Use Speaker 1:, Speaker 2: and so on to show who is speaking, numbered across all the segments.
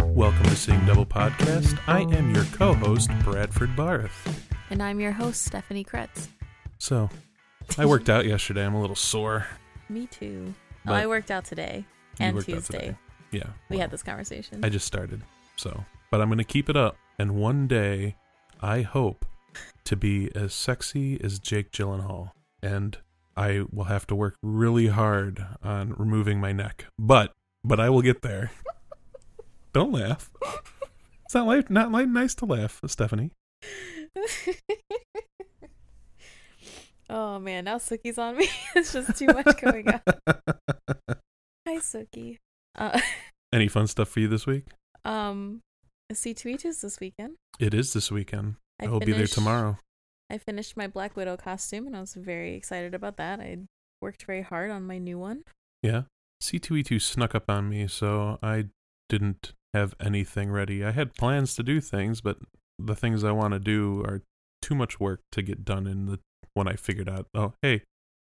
Speaker 1: Welcome to Sing Double Podcast. I am your co host, Bradford Barth.
Speaker 2: And I'm your host, Stephanie Kretz.
Speaker 1: So, I worked out yesterday. I'm a little sore.
Speaker 2: Me too.
Speaker 1: But-
Speaker 2: oh, I worked out today
Speaker 1: You
Speaker 2: and
Speaker 1: worked out
Speaker 2: Tuesday.
Speaker 1: today. Yeah.
Speaker 2: We
Speaker 1: well,
Speaker 2: had this conversation.
Speaker 1: I just started. So, but I'm going to keep it up. And one day, I hope to be as sexy as Jake Gyllenhaal. And I will have to work really hard on removing my neck. But, but I will get there. Don't laugh. It's not like, not like nice to laugh, Stephanie.
Speaker 2: oh man, now Sookie's on me. it's just too much going on. Hi, Sookie. Uh,
Speaker 1: Any fun stuff for you this week?
Speaker 2: um, C2E2 is this weekend.
Speaker 1: It is this weekend.
Speaker 2: I
Speaker 1: I will be there
Speaker 2: finished-
Speaker 1: tomorrow.
Speaker 2: I finished my Black Widow costume, and I was very excited about that. I worked very hard on my new one.
Speaker 1: Yeah. C2E2 snuck up on me, so I didn't have anything ready. I had plans to do things, but the things I want to do are too much work to get done in the when I figured out, oh, hey,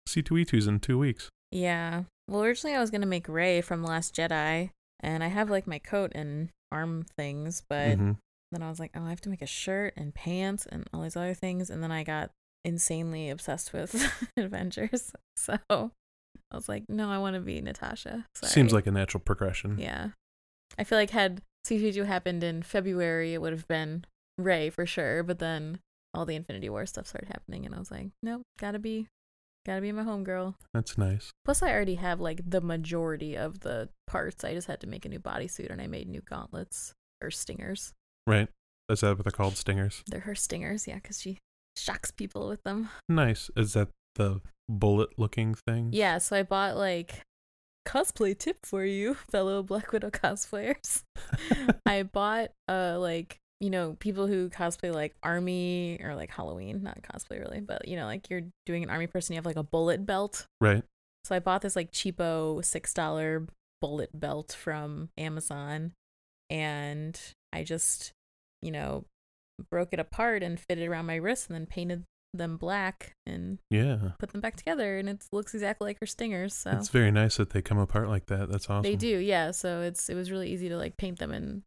Speaker 1: C2E2's in 2 weeks.
Speaker 2: Yeah. Well, originally I was gonna make Ray from Last Jedi, and I have like my coat and arm things, but
Speaker 1: Mhm.
Speaker 2: then I was like, oh, I have to make a shirt and pants and all these other things, and then I got insanely obsessed with adventures. So I was like, no, I want to be Natasha. Sorry.
Speaker 1: Seems like a natural progression.
Speaker 2: yeah. I feel like had C2 happened in February, it would have been Ray for sure, but then all the Infinity War stuff started happening, and I was like, nope, gotta be, gotta be my homegirl.
Speaker 1: That's nice.
Speaker 2: Plus, I already have like the majority of the parts. I just had to make a new bodysuit and I made new gauntlets or stingers.
Speaker 1: Right. Is that what they're called? Stingers.
Speaker 2: They're her stingers, yeah, because she shocks people with them.
Speaker 1: Nice. Is that the bullet looking thing?
Speaker 2: Yeah, so I bought like cosplay tip for you, fellow Black Widow cosplayers. I bought uh like you know people who cosplay like army or like Halloween, not cosplay really, but you know like you're doing an army person, you have like a bullet belt
Speaker 1: right.
Speaker 2: So I bought this like cheapo six dollar bullet belt from Amazon and I just, you know, broke it apart and fitted it around my wrist and then painted them black and
Speaker 1: Yeah.
Speaker 2: put them back together and it looks exactly like her stingers. So
Speaker 1: It's very nice that they come apart like that. That's awesome.
Speaker 2: they do, yeah. So it's it was really easy to like paint them and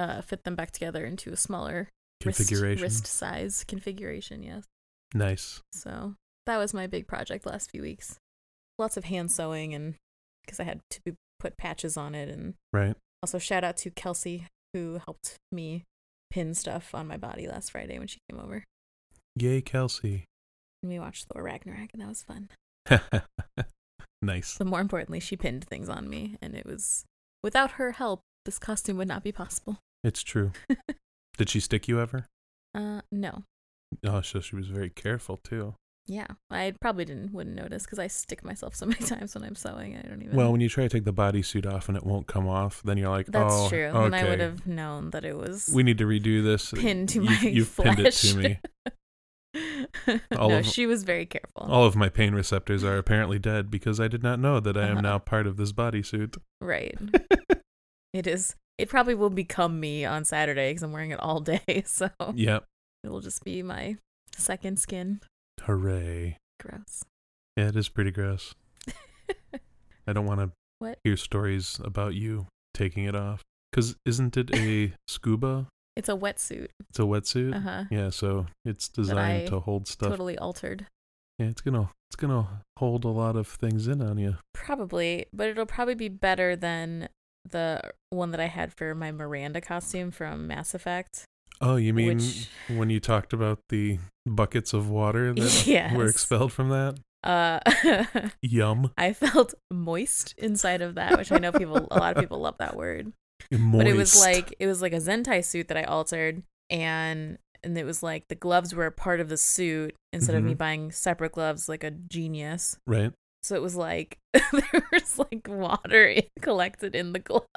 Speaker 2: uh fit them back together into a smaller wrist-
Speaker 1: Configuration.
Speaker 2: wrist size configuration, yes.
Speaker 1: Nice.
Speaker 2: So that was my big project the last few weeks. Lots of hand sewing and because I had to be- put patches on it. And
Speaker 1: Right.
Speaker 2: also shout out to Kelsey who helped me pin stuff on my body last Friday when she came over.
Speaker 1: Yay, Kelsey.
Speaker 2: And we watched Thor Ragnarok and that was fun.
Speaker 1: nice.
Speaker 2: But more importantly, she pinned things on me and it was without her help, this costume would not be possible.
Speaker 1: It's true. Did she stick you ever?
Speaker 2: Uh, no.
Speaker 1: Oh, so she was very careful too.
Speaker 2: Yeah, I probably didn't wouldn't notice because I stick myself so many times when I'm sewing. I don't even.
Speaker 1: Well, when you try to take the bodysuit off and it won't come off, then you're like,
Speaker 2: that's
Speaker 1: oh,
Speaker 2: true.
Speaker 1: Okay,
Speaker 2: And I would have known that it was
Speaker 1: we need to redo this.
Speaker 2: pinned
Speaker 1: You-
Speaker 2: to my
Speaker 1: You've pinned it to
Speaker 2: flesh.
Speaker 1: me. All
Speaker 2: no,
Speaker 1: of-
Speaker 2: she was very careful. Right.
Speaker 1: All of my pain receptors are apparently dead because I did not know that I am
Speaker 2: Uh-huh.
Speaker 1: now part of this bodysuit.
Speaker 2: it is. It probably will become me on Saturday because I'm wearing it all day. So
Speaker 1: yep.
Speaker 2: it will just be my second skin.
Speaker 1: Hooray.
Speaker 2: Gross.
Speaker 1: Yeah, it is pretty gross. I don't want to
Speaker 2: What?
Speaker 1: hear stories about you taking it off. Because isn't it a scuba?
Speaker 2: It's a wetsuit.
Speaker 1: It's a wetsuit?
Speaker 2: Uh huh.
Speaker 1: Yeah, so it's designed
Speaker 2: I
Speaker 1: to hold stuff.
Speaker 2: Totally altered.
Speaker 1: Yeah, it's gonna it's gonna hold a lot of things in on you.
Speaker 2: Probably, but it'll probably be better than the one that I had for my Miranda costume from Mass Effect.
Speaker 1: Oh, you mean
Speaker 2: Which-
Speaker 1: when you talked about the buckets of water that
Speaker 2: yes.
Speaker 1: were expelled from that?
Speaker 2: Uh,
Speaker 1: Yum,
Speaker 2: I felt moist inside of that, which I know people, a lot of people love that word.
Speaker 1: moist.
Speaker 2: but it was like it was like a zentai suit that I altered and and it was like the gloves were a part of the suit instead of me
Speaker 1: Mhm.
Speaker 2: buying separate gloves like a genius.
Speaker 1: right.
Speaker 2: So it was like there was like water in, collected in the gloves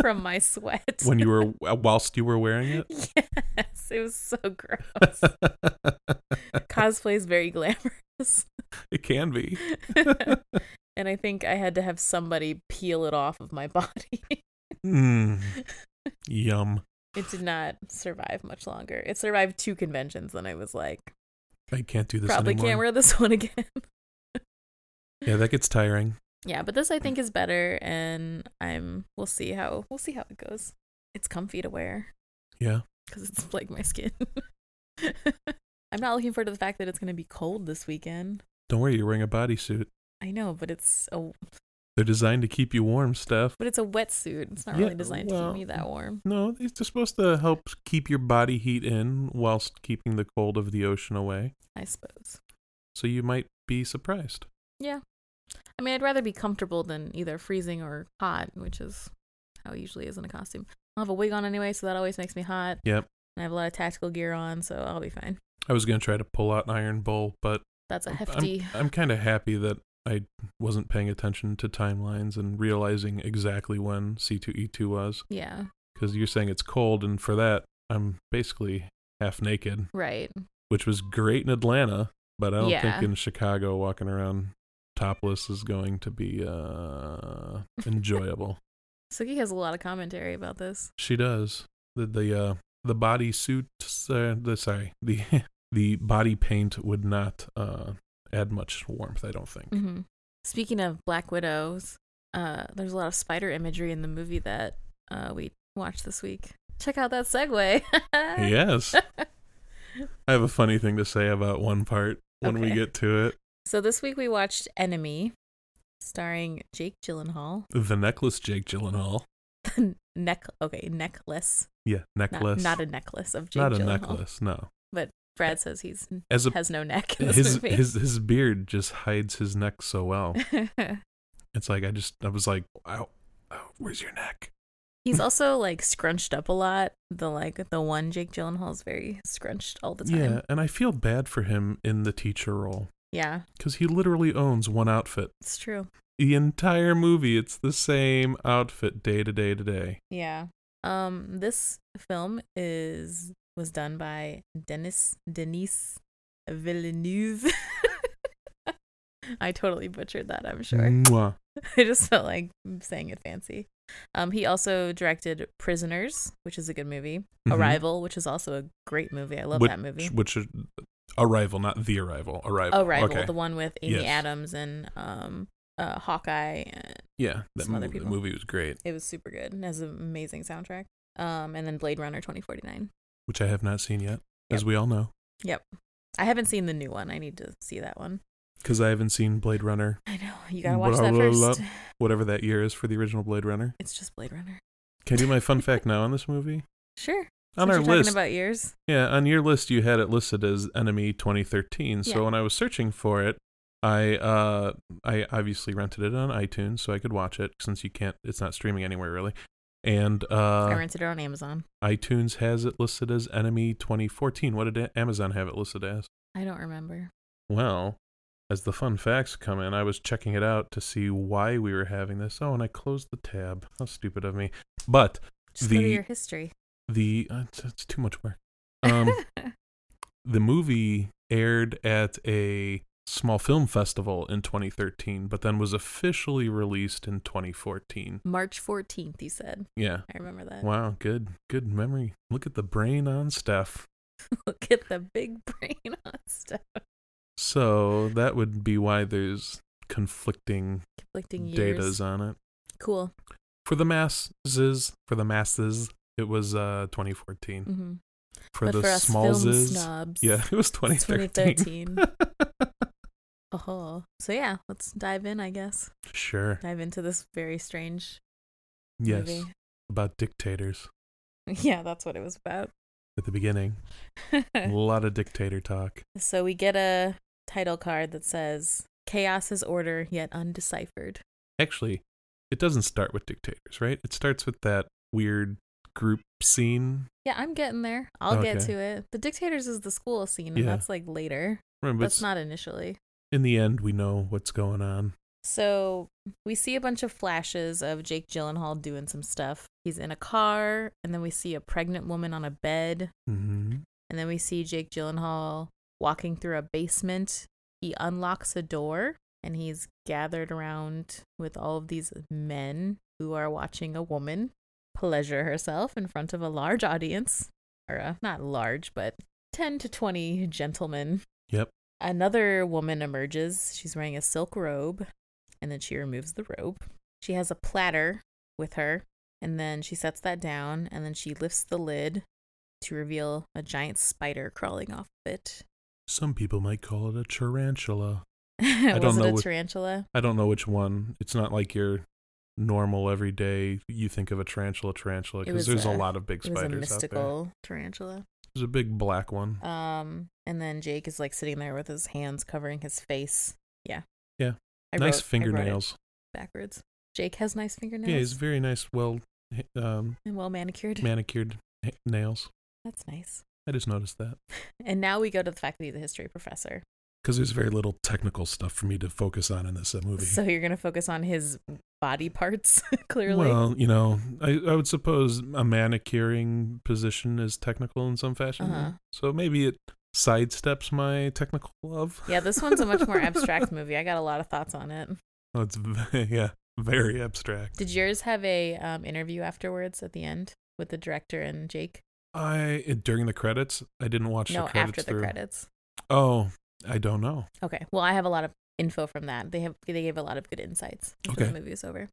Speaker 2: from my sweat.
Speaker 1: When you were uh, whilst you were wearing it.
Speaker 2: yes, it was so gross. Cosplay is very glamorous.
Speaker 1: it can be.
Speaker 2: and I think I had to have somebody peel it off of my body.
Speaker 1: Mm. Yum.
Speaker 2: It did not survive much longer. It survived two conventions, then I was like,
Speaker 1: I can't do this
Speaker 2: probably
Speaker 1: anymore.
Speaker 2: can't wear this one again.
Speaker 1: yeah, that gets tiring.
Speaker 2: Yeah, but this I think is better and I'm we'll see how we'll see how it goes. It's comfy to wear
Speaker 1: Yeah.
Speaker 2: cuz it's like my skin. I'm not looking forward to the fact that it's going to be cold this weekend.
Speaker 1: Don't worry, you're wearing a bodysuit.
Speaker 2: I know, but it's a
Speaker 1: They're designed to keep you warm, Steph.
Speaker 2: but it's a wetsuit. It's not
Speaker 1: Yeah,
Speaker 2: really designed to
Speaker 1: well-
Speaker 2: keep me that warm.
Speaker 1: No, they're supposed to help keep your body heat in whilst keeping the cold of the ocean away.
Speaker 2: I suppose.
Speaker 1: So you might be surprised.
Speaker 2: I mean, I'd rather be comfortable than either freezing or hot, which is how it usually is in a costume. I'll have a wig on anyway, so that always makes me hot.
Speaker 1: Yep.
Speaker 2: And I have a lot of tactical gear on, so I'll be fine.
Speaker 1: I was going to try to pull out an iron bowl, but
Speaker 2: That's a
Speaker 1: I'm-
Speaker 2: hefty.
Speaker 1: I'm, I'm kind of happy that I wasn't paying attention to timelines and realizing exactly when C2E2 was.
Speaker 2: yeah.
Speaker 1: Because you're saying it's cold, and for that, I'm basically half naked,
Speaker 2: Right.
Speaker 1: which was great in Atlanta, but I don't
Speaker 2: Yeah.
Speaker 1: think in Chicago walking around topless is going to be uh, enjoyable.
Speaker 2: Suki has a lot of commentary about this.
Speaker 1: She does. The the uh the body suits uh, the sorry, the the body paint would not uh add much warmth, I don't think.
Speaker 2: hmm Speaking of Black Widows, uh, there's a lot of spider imagery in the movie that uh, we watched this week. Check out that segue.
Speaker 1: Yes. I have a funny thing to say about one part when we
Speaker 2: Okay.
Speaker 1: get to it.
Speaker 2: So this week we watched Enemy, starring Jake Gyllenhaal.
Speaker 1: The necklace Jake Gyllenhaal.
Speaker 2: Neck. Okay, necklace.
Speaker 1: Yeah,
Speaker 2: Not,
Speaker 1: necklace.
Speaker 2: not a necklace of Jake
Speaker 1: Not a
Speaker 2: Gyllenhaal.
Speaker 1: necklace, no.
Speaker 2: Brad says he's
Speaker 1: As a
Speaker 2: has no neck in this
Speaker 1: his
Speaker 2: movie.
Speaker 1: his his beard just hides his neck so well. It's like I just I was like, Wow, oh, where's your neck?
Speaker 2: he's also like scrunched up a lot. The like the one Jake Gyllenhaal's very scrunched all the time.
Speaker 1: Yeah, and I feel bad for him in the teacher role.
Speaker 2: yeah
Speaker 1: because he literally owns one outfit.
Speaker 2: it's true.
Speaker 1: The entire movie, it's the same outfit day to day to day.
Speaker 2: Yeah. Um this film is was done by Dennis Denise Villeneuve. I totally butchered that, I'm sure.
Speaker 1: Mwah.
Speaker 2: I just felt like saying it fancy. Um he also directed Prisoners, which is a good movie.
Speaker 1: Mhm.
Speaker 2: Arrival, which is also a great movie. I love
Speaker 1: Which-
Speaker 2: that movie. Oh,
Speaker 1: Which is Arrival, not the Arrival. Arrival.
Speaker 2: Arrival,
Speaker 1: Okay.
Speaker 2: the one with Amy
Speaker 1: Yes.
Speaker 2: Adams and um uh Hawkeye and
Speaker 1: yeah, that
Speaker 2: some other
Speaker 1: movie, the
Speaker 2: people.
Speaker 1: movie was great,
Speaker 2: it was super good and has an amazing soundtrack. Um and then Blade Runner 2049.
Speaker 1: which I have not seen yet, as
Speaker 2: Yep.
Speaker 1: we all know,
Speaker 2: I haven't seen the new one. I need to see that one.
Speaker 1: because I haven't seen Blade Runner,
Speaker 2: I know. You gotta
Speaker 1: But
Speaker 2: watch
Speaker 1: I
Speaker 2: that
Speaker 1: will
Speaker 2: first.
Speaker 1: whatever that year is for the original Blade Runner.
Speaker 2: It's just Blade Runner.
Speaker 1: Can I do my fun fact now on this movie?
Speaker 2: Sure.
Speaker 1: On
Speaker 2: Since
Speaker 1: our
Speaker 2: you're
Speaker 1: list,
Speaker 2: talking about yours.
Speaker 1: Yeah, on your list you had it listed as Enemy 2013. So
Speaker 2: Yeah.
Speaker 1: when I was searching for it, I uh I obviously rented it on iTunes so I could watch it since you can't it's not streaming anywhere really. And
Speaker 2: I
Speaker 1: uh
Speaker 2: rented it on Amazon.
Speaker 1: iTunes has it listed as Enemy 2014. What did A- Amazon have it listed as?
Speaker 2: I don't remember.
Speaker 1: Well, as the fun facts come in, I was checking it out to see why we were having this. Oh, and I closed the tab. How stupid of me. But
Speaker 2: Just go to
Speaker 1: The-
Speaker 2: your history.
Speaker 1: the uh, it's, it's too much work. Um the movie aired at a small film festival in 2013 but then was officially released in 2014
Speaker 2: March 14th, you said.
Speaker 1: yeah
Speaker 2: I remember that.
Speaker 1: wow good good memory look at the brain on stuff
Speaker 2: Look at the big brain on stuff.
Speaker 1: so that would be why there's conflicting
Speaker 2: Conflicting years.
Speaker 1: datas on it
Speaker 2: Cool.
Speaker 1: for the masses for the masses it was uh 2014
Speaker 2: Mm-hmm.
Speaker 1: for
Speaker 2: but
Speaker 1: the
Speaker 2: for us
Speaker 1: small
Speaker 2: film
Speaker 1: ziz
Speaker 2: snobs,
Speaker 1: yeah it was
Speaker 2: it's
Speaker 1: 2013
Speaker 2: Oh, so yeah, let's dive in. I guess
Speaker 1: sure
Speaker 2: dive into this very strange
Speaker 1: yes
Speaker 2: movie.
Speaker 1: about dictators
Speaker 2: Yeah, that's what it was about.
Speaker 1: at the beginning a lot of dictator talk.
Speaker 2: So we get a title card that says Chaos is order yet undeciphered.
Speaker 1: Actually, it doesn't start with dictators, right? It starts with that weird group scene.
Speaker 2: Yeah, I'm getting there. I'll get
Speaker 1: Okay.
Speaker 2: to it. The dictators is the school scene, and
Speaker 1: Yeah.
Speaker 2: that's like later.
Speaker 1: Remember,
Speaker 2: That's
Speaker 1: it's-
Speaker 2: not initially.
Speaker 1: in the end, we know what's going on.
Speaker 2: So we see a bunch of flashes of Jake Gyllenhaal doing some stuff. He's in a car, and then we see a pregnant woman on a bed,
Speaker 1: Mm-hmm.
Speaker 2: and then we see Jake Gyllenhaal walking through a basement. He unlocks a door, and he's gathered around with all of these men who are watching a woman pleasure herself in front of a large audience, or uh, not large, but 10 to 20 gentlemen.
Speaker 1: Yep.
Speaker 2: Another woman emerges. She's wearing a silk robe, and then she removes the robe. She has a platter with her, and then she sets that down, and then she lifts the lid to reveal a giant spider crawling off of it.
Speaker 1: Some people might call it a tarantula.
Speaker 2: Was
Speaker 1: don't
Speaker 2: it
Speaker 1: know
Speaker 2: a
Speaker 1: what-
Speaker 2: tarantula?
Speaker 1: I don't know which one. It's not like your normal everyday. You think of a tarantula, tarantula,
Speaker 2: It was
Speaker 1: because there's a,
Speaker 2: a-
Speaker 1: lot of big
Speaker 2: It was a
Speaker 1: spiders out there.
Speaker 2: mystical tarantula.
Speaker 1: There's a big black one.
Speaker 2: Um, and then Jake is like sitting there with his hands covering his face. Yeah.
Speaker 1: Yeah.
Speaker 2: I
Speaker 1: nice
Speaker 2: wrote- I wrote it
Speaker 1: fingernails.
Speaker 2: backwards. Jake has nice fingernails
Speaker 1: Yeah, he's very nice, well um,
Speaker 2: and well manicured.
Speaker 1: manicured h- nails.
Speaker 2: That's nice.
Speaker 1: I just noticed that
Speaker 2: And now we go to the fact that he's a history professor.
Speaker 1: because there's very little technical stuff for me to focus on in this uh, movie.
Speaker 2: So you're gonna focus on his body parts, clearly.
Speaker 1: Well, you know, I, I would suppose a manicuring position is technical in some fashion.
Speaker 2: Uh-huh.
Speaker 1: So maybe it sidesteps my technical love.
Speaker 2: yeah, this one's a much more abstract movie. I got a lot of thoughts on it.
Speaker 1: Oh, it's ve- yeah, very abstract.
Speaker 2: Did yours have a um, interview afterwards at the end with the director and Jake?
Speaker 1: I during the credits, I didn't watch
Speaker 2: No,
Speaker 1: the credits
Speaker 2: after the
Speaker 1: through.
Speaker 2: credits.
Speaker 1: Oh, I don't know.
Speaker 2: Okay. Well, I have a lot of info from that. They have they gave a lot of good insights after the
Speaker 1: Okay.
Speaker 2: movie was over.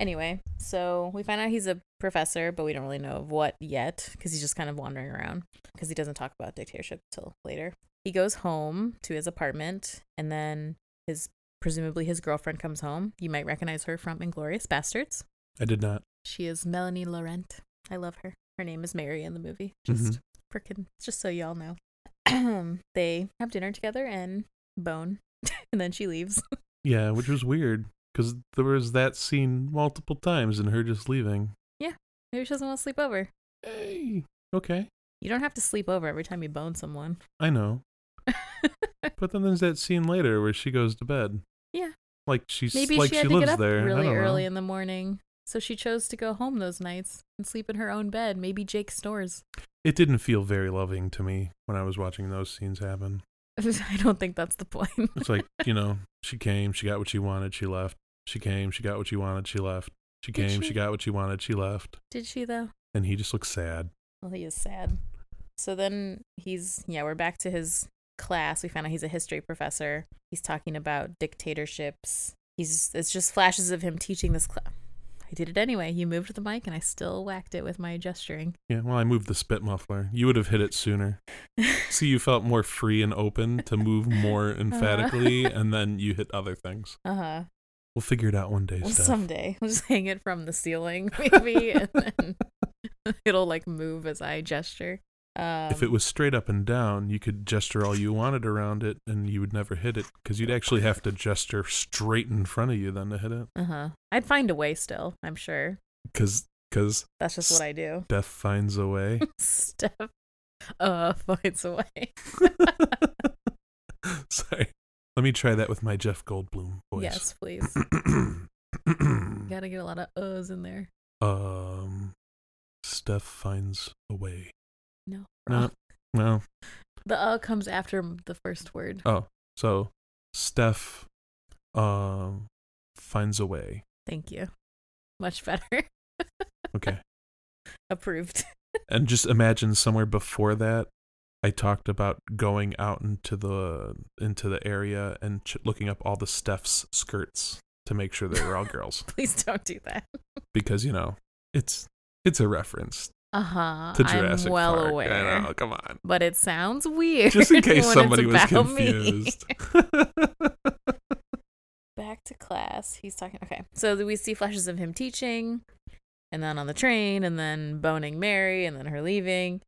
Speaker 2: Anyway, so we find out he's a professor, but we don't really know of what yet because he's just kind of wandering around because he doesn't talk about dictatorship till later. He goes home to his apartment, and then his presumably his girlfriend comes home. You might recognize her from Inglorious Bastards.
Speaker 1: I did not.
Speaker 2: She is Melanie Laurent. I love her. Her name is Mary in the movie.
Speaker 1: Mm-hmm.
Speaker 2: Just frickin' just so y'all know. they have dinner together and bone, and then she leaves.
Speaker 1: Yeah, which was weird because there was that scene multiple times and her just leaving.
Speaker 2: Maybe she doesn't want to sleep over.
Speaker 1: Hey, okay,
Speaker 2: You don't have to sleep over every time you bone someone.
Speaker 1: I know. But then there's that scene later where she goes to bed.
Speaker 2: Yeah.
Speaker 1: Like she's
Speaker 2: Maybe
Speaker 1: like
Speaker 2: she
Speaker 1: she,
Speaker 2: had to
Speaker 1: lives
Speaker 2: get up
Speaker 1: there. I
Speaker 2: really
Speaker 1: don't
Speaker 2: early
Speaker 1: know.
Speaker 2: in the morning, so she chose to go home those nights and sleep in her own bed. Maybe Jake snores.
Speaker 1: It didn't feel very loving to me when I was watching those scenes happen.
Speaker 2: I don't think that's the point.
Speaker 1: It's like, you know, she came, she got what she wanted, she left. She came, she got what she wanted, she left. She
Speaker 2: Did
Speaker 1: came,
Speaker 2: she?
Speaker 1: she got what she wanted, she left.
Speaker 2: Did she though?
Speaker 1: And he just looks sad.
Speaker 2: Well, he is sad. So then he's, yeah, we're back to his class. We found out he's a history professor. He's talking about dictatorships. He's, it's just flashes of him teaching this class. I did it anyway. You moved the mic and I still whacked it with my gesturing.
Speaker 1: Yeah, well, I moved the spit muffler. You would have hit it sooner. See, you felt more free and open to move more
Speaker 2: Uh-huh.
Speaker 1: emphatically, and then you hit other things.
Speaker 2: Uh huh.
Speaker 1: We'll figure it out one day,
Speaker 2: Well,
Speaker 1: Steph.
Speaker 2: someday. We'll just hang it from the ceiling, maybe, and then it'll like move as I gesture. Um,
Speaker 1: if it was straight up and down, you could gesture all you wanted around it, and you would never hit it because you'd actually have to gesture straight in front of you then to hit it.
Speaker 2: Uh huh. I'd find a way still, I'm sure.
Speaker 1: Because because
Speaker 2: That's just what I do.
Speaker 1: Death finds a way.
Speaker 2: Steph uh finds a way.
Speaker 1: Sorry. Let me try that with my Jeff Goldblum voice.
Speaker 2: Yes, please. Gotta get a lot of uhs in there.
Speaker 1: um, Steph finds a way.
Speaker 2: No.
Speaker 1: No.
Speaker 2: wrong.
Speaker 1: Well,
Speaker 2: The uh comes after the first word.
Speaker 1: oh, so Steph, um, finds a way.
Speaker 2: Thank you. Much better.
Speaker 1: Okay.
Speaker 2: Approved.
Speaker 1: and just imagine somewhere before that i talked about going out into the into the area and ch- looking up all the steph's skirts to make sure they were all girls
Speaker 2: Please don't do that.
Speaker 1: because you know it's it's a reference
Speaker 2: Uh huh.
Speaker 1: to Uh-huh. jurassic
Speaker 2: I'm well
Speaker 1: Park. I
Speaker 2: aware.
Speaker 1: know, come on
Speaker 2: But it sounds weird.
Speaker 1: just in case
Speaker 2: when
Speaker 1: somebody
Speaker 2: it's
Speaker 1: was
Speaker 2: about me.
Speaker 1: confused
Speaker 2: Back to class. He's talking. Okay. So we see flashes of him teaching, and then on the train, and then boning Mary, and then her leaving.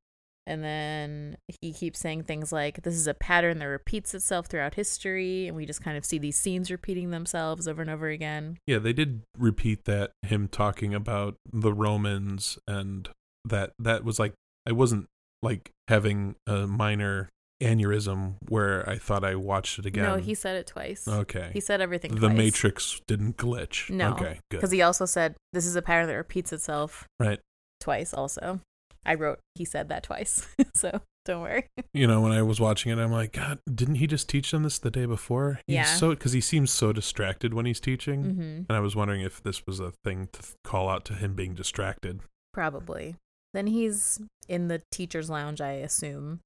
Speaker 2: And then he keeps saying things like, This is a pattern that repeats itself throughout history. And we just kind of see these scenes repeating themselves over and over again.
Speaker 1: yeah they did repeat that him talking about the romans and that that was like i wasn't like having a minor aneurysm where i thought i watched it again
Speaker 2: No, he said it twice.
Speaker 1: okay
Speaker 2: He said everything
Speaker 1: the
Speaker 2: twice.
Speaker 1: matrix didn't glitch
Speaker 2: No.
Speaker 1: okay
Speaker 2: Because
Speaker 1: good
Speaker 2: he also said, This is a pattern that repeats itself
Speaker 1: right
Speaker 2: twice, also. I wrote, He said that twice. so don't worry.
Speaker 1: you know when i was watching it i'm like god didn't he just teach them this the day before he's
Speaker 2: Yeah.
Speaker 1: so because he seems so distracted when he's teaching
Speaker 2: Mm hmm.
Speaker 1: and i was wondering if this was a thing to th- call out to him being distracted
Speaker 2: Probably. Then he's in the teacher's lounge, I assume.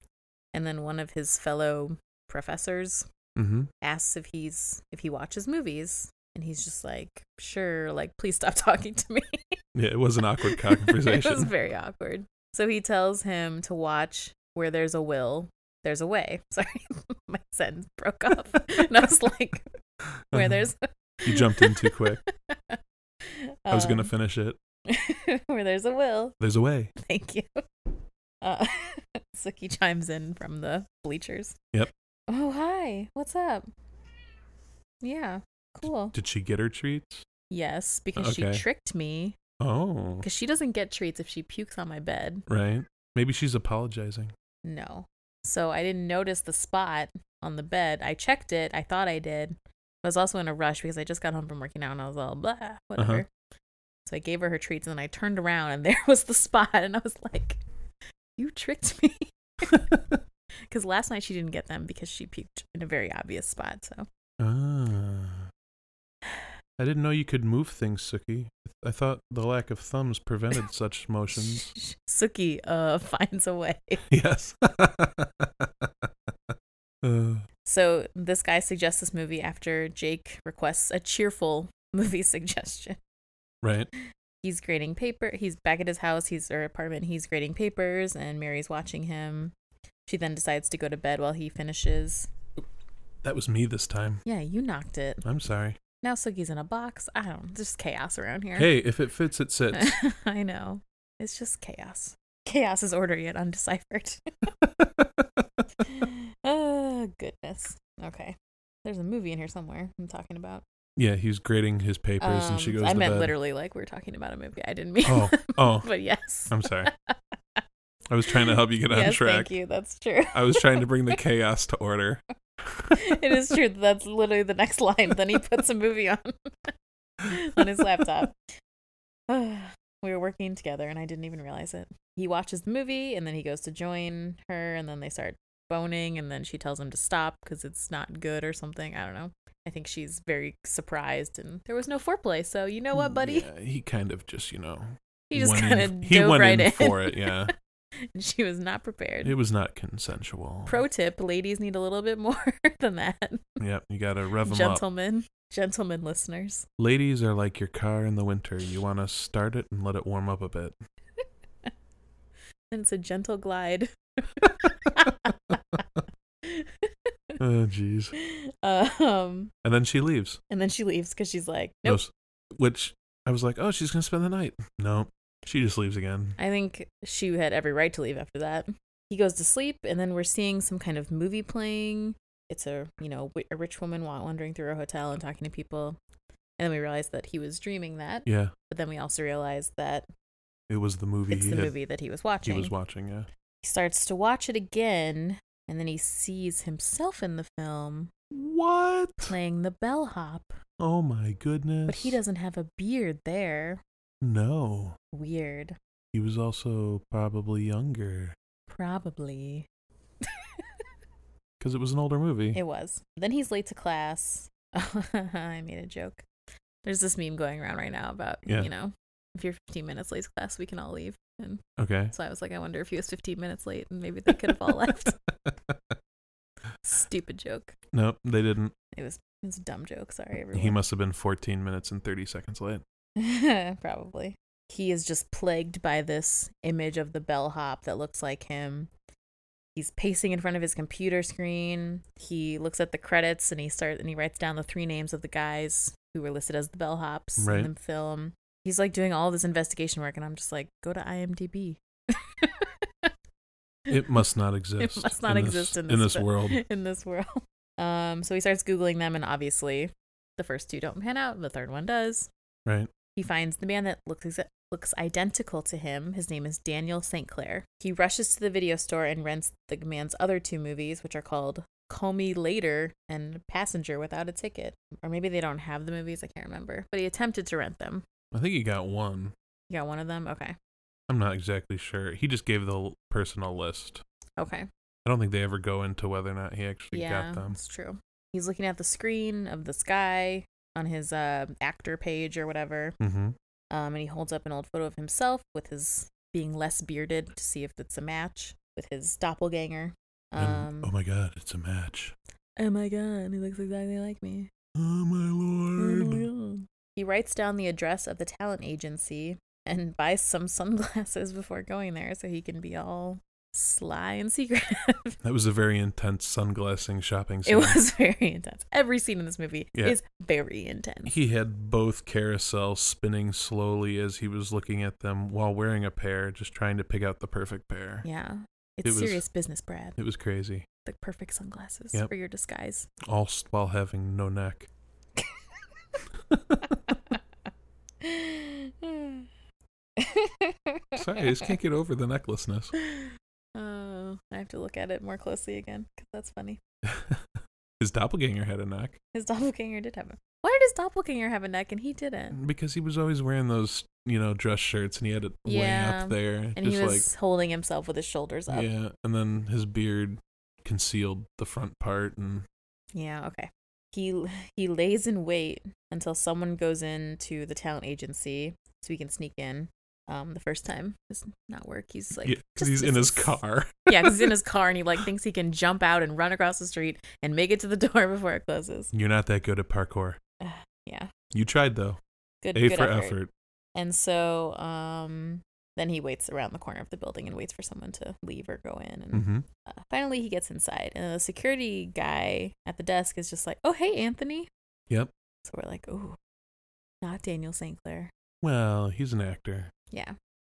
Speaker 2: And then one of his fellow professors
Speaker 1: Mm-hmm.
Speaker 2: asks if he's if he watches movies. And he's just like, sure, like please stop talking to me.
Speaker 1: Yeah, it was an awkward
Speaker 2: it was
Speaker 1: conversation.
Speaker 2: very awkward. So he tells him to watch where there's a will, there's a way. Sorry, my sentence broke off. and I was like, where there's.
Speaker 1: you jumped in too quick. I was gonna
Speaker 2: Um,
Speaker 1: finish it.
Speaker 2: where there's a will.
Speaker 1: There's a way.
Speaker 2: Thank you. Uh, Suki chimes in from the bleachers.
Speaker 1: Yep.
Speaker 2: Oh, hi. What's up? Yeah, cool.
Speaker 1: Did she get her treats?
Speaker 2: Yes, because
Speaker 1: Okay.
Speaker 2: she tricked me.
Speaker 1: Oh,
Speaker 2: Because she doesn't get treats if she pukes on my bed.
Speaker 1: right. Maybe she's apologizing.
Speaker 2: No. So I didn't notice the spot on the bed. I checked it. I thought I did. I was also in a rush because I just got home from working out and I was all
Speaker 1: Uh-huh.
Speaker 2: blah, whatever. So I gave her her treats and then I turned around and there was the spot and I was like, you tricked me. Because last night she didn't get them because she puked in a very obvious spot. So
Speaker 1: Ah. I didn't know you could move things, Suki. I thought the lack of thumbs prevented such motions.
Speaker 2: Suki uh, finds a way.
Speaker 1: Yes. uh,
Speaker 2: So this guy suggests this movie after Jake requests a cheerful movie suggestion.
Speaker 1: right.
Speaker 2: he's grading paper. He's back at his house, he's or apartment. He's grading papers, and Mary's watching him. She then decides to go to bed while he finishes.
Speaker 1: That was me this time.
Speaker 2: Yeah, you knocked it.
Speaker 1: I'm sorry.
Speaker 2: Now Sugi's in a box. I don't. There's chaos around here.
Speaker 1: Hey, if it fits, it sits.
Speaker 2: I know. It's just chaos. Chaos is order yet undeciphered. oh goodness. Okay. There's a movie in here somewhere. I'm talking about.
Speaker 1: yeah, he's grading his papers, and she
Speaker 2: Um,
Speaker 1: goes.
Speaker 2: I
Speaker 1: to
Speaker 2: meant
Speaker 1: bed.
Speaker 2: literally like we are talking about a movie. I didn't mean.
Speaker 1: Oh, oh,
Speaker 2: but yes.
Speaker 1: I'm sorry. I was trying to help you get on
Speaker 2: yes,
Speaker 1: track.
Speaker 2: Thank you. That's true.
Speaker 1: I was trying to bring the chaos to order.
Speaker 2: it is true that that's literally the next line. Then he puts a movie on on his laptop. we were working together and I didn't even realize it. He watches the movie and then he goes to join her and then they start boning and then she tells him to stop because it's not good or something. I don't know. I think she's very surprised and there was no foreplay. So you know what, buddy?
Speaker 1: Mm, Yeah, he kind of just, you know,
Speaker 2: he just
Speaker 1: went
Speaker 2: kind
Speaker 1: in-
Speaker 2: of
Speaker 1: he
Speaker 2: dove
Speaker 1: went
Speaker 2: right in,
Speaker 1: in, for it. Yeah,
Speaker 2: and she was not prepared.
Speaker 1: it was not consensual.
Speaker 2: Pro tip: ladies need a little bit more than that.
Speaker 1: Yep, you gotta rev them up.
Speaker 2: Gentlemen, gentlemen, listeners.
Speaker 1: Ladies are like your car in the winter. You want to start it and let it warm up a bit.
Speaker 2: And it's a gentle glide.
Speaker 1: Oh, jeez.
Speaker 2: um,
Speaker 1: And then she leaves.
Speaker 2: and then she leaves because she's like,
Speaker 1: No
Speaker 2: nope.
Speaker 1: s- Which I was like, oh, she's gonna spend the night. No, she just leaves again.
Speaker 2: I think she had every right to leave after that. He goes to sleep, and then we're seeing some kind of movie playing. It's a you know wi- a rich woman wa- wandering through a hotel and talking to people, and then we realize that he was dreaming that.
Speaker 1: Yeah,
Speaker 2: But then we also realize that
Speaker 1: it was the movie.
Speaker 2: it's
Speaker 1: he
Speaker 2: the
Speaker 1: had-
Speaker 2: movie that he was
Speaker 1: he
Speaker 2: watching.
Speaker 1: was watching. Yeah.
Speaker 2: he starts to watch it again, and then he sees himself in the film
Speaker 1: What?
Speaker 2: playing the bellhop,
Speaker 1: Oh my goodness.
Speaker 2: but he doesn't have a beard there.
Speaker 1: No.
Speaker 2: Weird.
Speaker 1: He was also probably younger
Speaker 2: Probably.
Speaker 1: because it was an older movie.
Speaker 2: It was. Then he's late to class. I made a joke. There's this meme going around right now about,
Speaker 1: Yeah.
Speaker 2: you know, if you're 15 minutes late to class, we can all leave. And
Speaker 1: okay.
Speaker 2: so I was like, I wonder if he was 15 minutes late and maybe they could have all left. Stupid joke.
Speaker 1: Nope, they didn't.
Speaker 2: It was it was a dumb joke. Sorry,
Speaker 1: He
Speaker 2: everyone.
Speaker 1: must have been 14 minutes and 30 seconds late.
Speaker 2: Probably. He is just plagued by this image of the bellhop that looks like him. He's pacing in front of his computer screen. He looks at the credits and he starts and he writes down the three names of the guys who were listed as the bellhops
Speaker 1: Right.
Speaker 2: in the film. He's like doing all this investigation work, and I'm just like, go to IMDb.
Speaker 1: It must not exist.
Speaker 2: It must not
Speaker 1: in this-
Speaker 2: exist in this,
Speaker 1: in this
Speaker 2: bu-
Speaker 1: world.
Speaker 2: In this world. Um, so he starts googling them, and obviously, the first two don't pan out. The third one does.
Speaker 1: Right.
Speaker 2: He finds the man that looks exa- looks identical to him. His name is Daniel St. Clair. He rushes to the video store and rents the man's other two movies, which are called Call Me Later and Passenger Without a Ticket. Or maybe they don't have the movies. I can't remember. But he attempted to rent them.
Speaker 1: I think he got one.
Speaker 2: You got one of them? Okay.
Speaker 1: I'm not exactly sure. He just gave the l- person a list.
Speaker 2: Okay.
Speaker 1: I don't think they ever go into whether or not he actually
Speaker 2: yeah,
Speaker 1: got them.
Speaker 2: that's true. He's looking at the screen of the sky on his uh, actor page or whatever.
Speaker 1: Mm-hmm.
Speaker 2: Um, and he holds up an old photo of himself with his being less bearded to see if it's a match with his doppelganger. Um,
Speaker 1: And, oh my god, it's a match.
Speaker 2: oh my god, he looks exactly like me.
Speaker 1: Oh my lord.
Speaker 2: He writes down the address of the talent agency and buys some sunglasses before going there so he can be all sly and secretive.
Speaker 1: That was a very intense sunglassing shopping
Speaker 2: it
Speaker 1: scene.
Speaker 2: was very intense. Every scene in this movie
Speaker 1: Yeah.
Speaker 2: is very intense.
Speaker 1: He had both carousels spinning slowly as he was looking at them while wearing a pair, just trying to pick out the perfect pair.
Speaker 2: Yeah.
Speaker 1: It
Speaker 2: It's
Speaker 1: was-
Speaker 2: serious business, Brad.
Speaker 1: It was crazy.
Speaker 2: The perfect sunglasses
Speaker 1: Yep.
Speaker 2: for your disguise.
Speaker 1: All s- while having no neck. Sorry, I just can't get over the necklessness.
Speaker 2: Oh, I have to look at it more closely again because that's funny.
Speaker 1: His doppelganger had a neck
Speaker 2: His doppelganger did have a. Why did his doppelganger have a neck and he didn't?
Speaker 1: because he was always wearing those, you know, dress shirts and he had it way
Speaker 2: Yeah.
Speaker 1: up there.
Speaker 2: And
Speaker 1: just
Speaker 2: he was holding himself with his shoulders
Speaker 1: like,
Speaker 2: up. Yeah.
Speaker 1: yeah. And then his beard concealed the front part and
Speaker 2: okay. He he lays in wait until someone goes into the talent agency so he can sneak in. Um, the first time it's not work. He's like,
Speaker 1: Yeah, 'cause
Speaker 2: just-
Speaker 1: he's in
Speaker 2: this
Speaker 1: his
Speaker 2: is-
Speaker 1: car.
Speaker 2: yeah, 'cause he's in his car and he like thinks he can jump out and run across the street and make it to the door before it closes.
Speaker 1: You're not that good at parkour.
Speaker 2: Yeah,
Speaker 1: You tried though.
Speaker 2: good,
Speaker 1: A
Speaker 2: good
Speaker 1: for
Speaker 2: effort.
Speaker 1: effort.
Speaker 2: And so, um, then he waits around the corner of the building and waits for someone to leave or go in. And
Speaker 1: hmm
Speaker 2: uh, finally, he gets inside, and the security guy at the desk is just like, "Oh, hey, Anthony."
Speaker 1: Yep.
Speaker 2: So we're like, "Ooh, not Daniel St. Clair."
Speaker 1: Well, he's an actor.
Speaker 2: Yeah,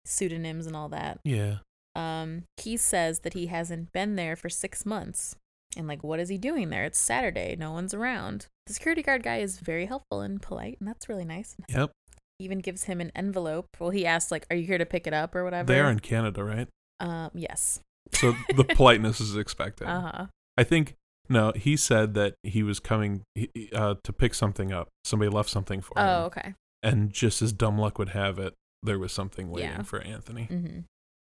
Speaker 2: pseudonyms and all that.
Speaker 1: Yeah.
Speaker 2: um, he says that he hasn't been there for six months. And like, what is he doing there? It's Saturday, no one's around. The security guard guy is very helpful and polite, and that's really nice.
Speaker 1: Yep.
Speaker 2: He even gives him an envelope. Well, he asks like, "Are you here to pick it up or whatever?"
Speaker 1: They are in Canada, right?
Speaker 2: Um, yes.
Speaker 1: So the politeness is expected.
Speaker 2: Uh huh.
Speaker 1: I think no, he said that he was coming he- he, uh, to pick something up. Somebody left something for
Speaker 2: Oh,
Speaker 1: him,
Speaker 2: okay.
Speaker 1: and just as dumb luck would have it, there was something waiting
Speaker 2: Yeah.
Speaker 1: for Anthony.
Speaker 2: hmm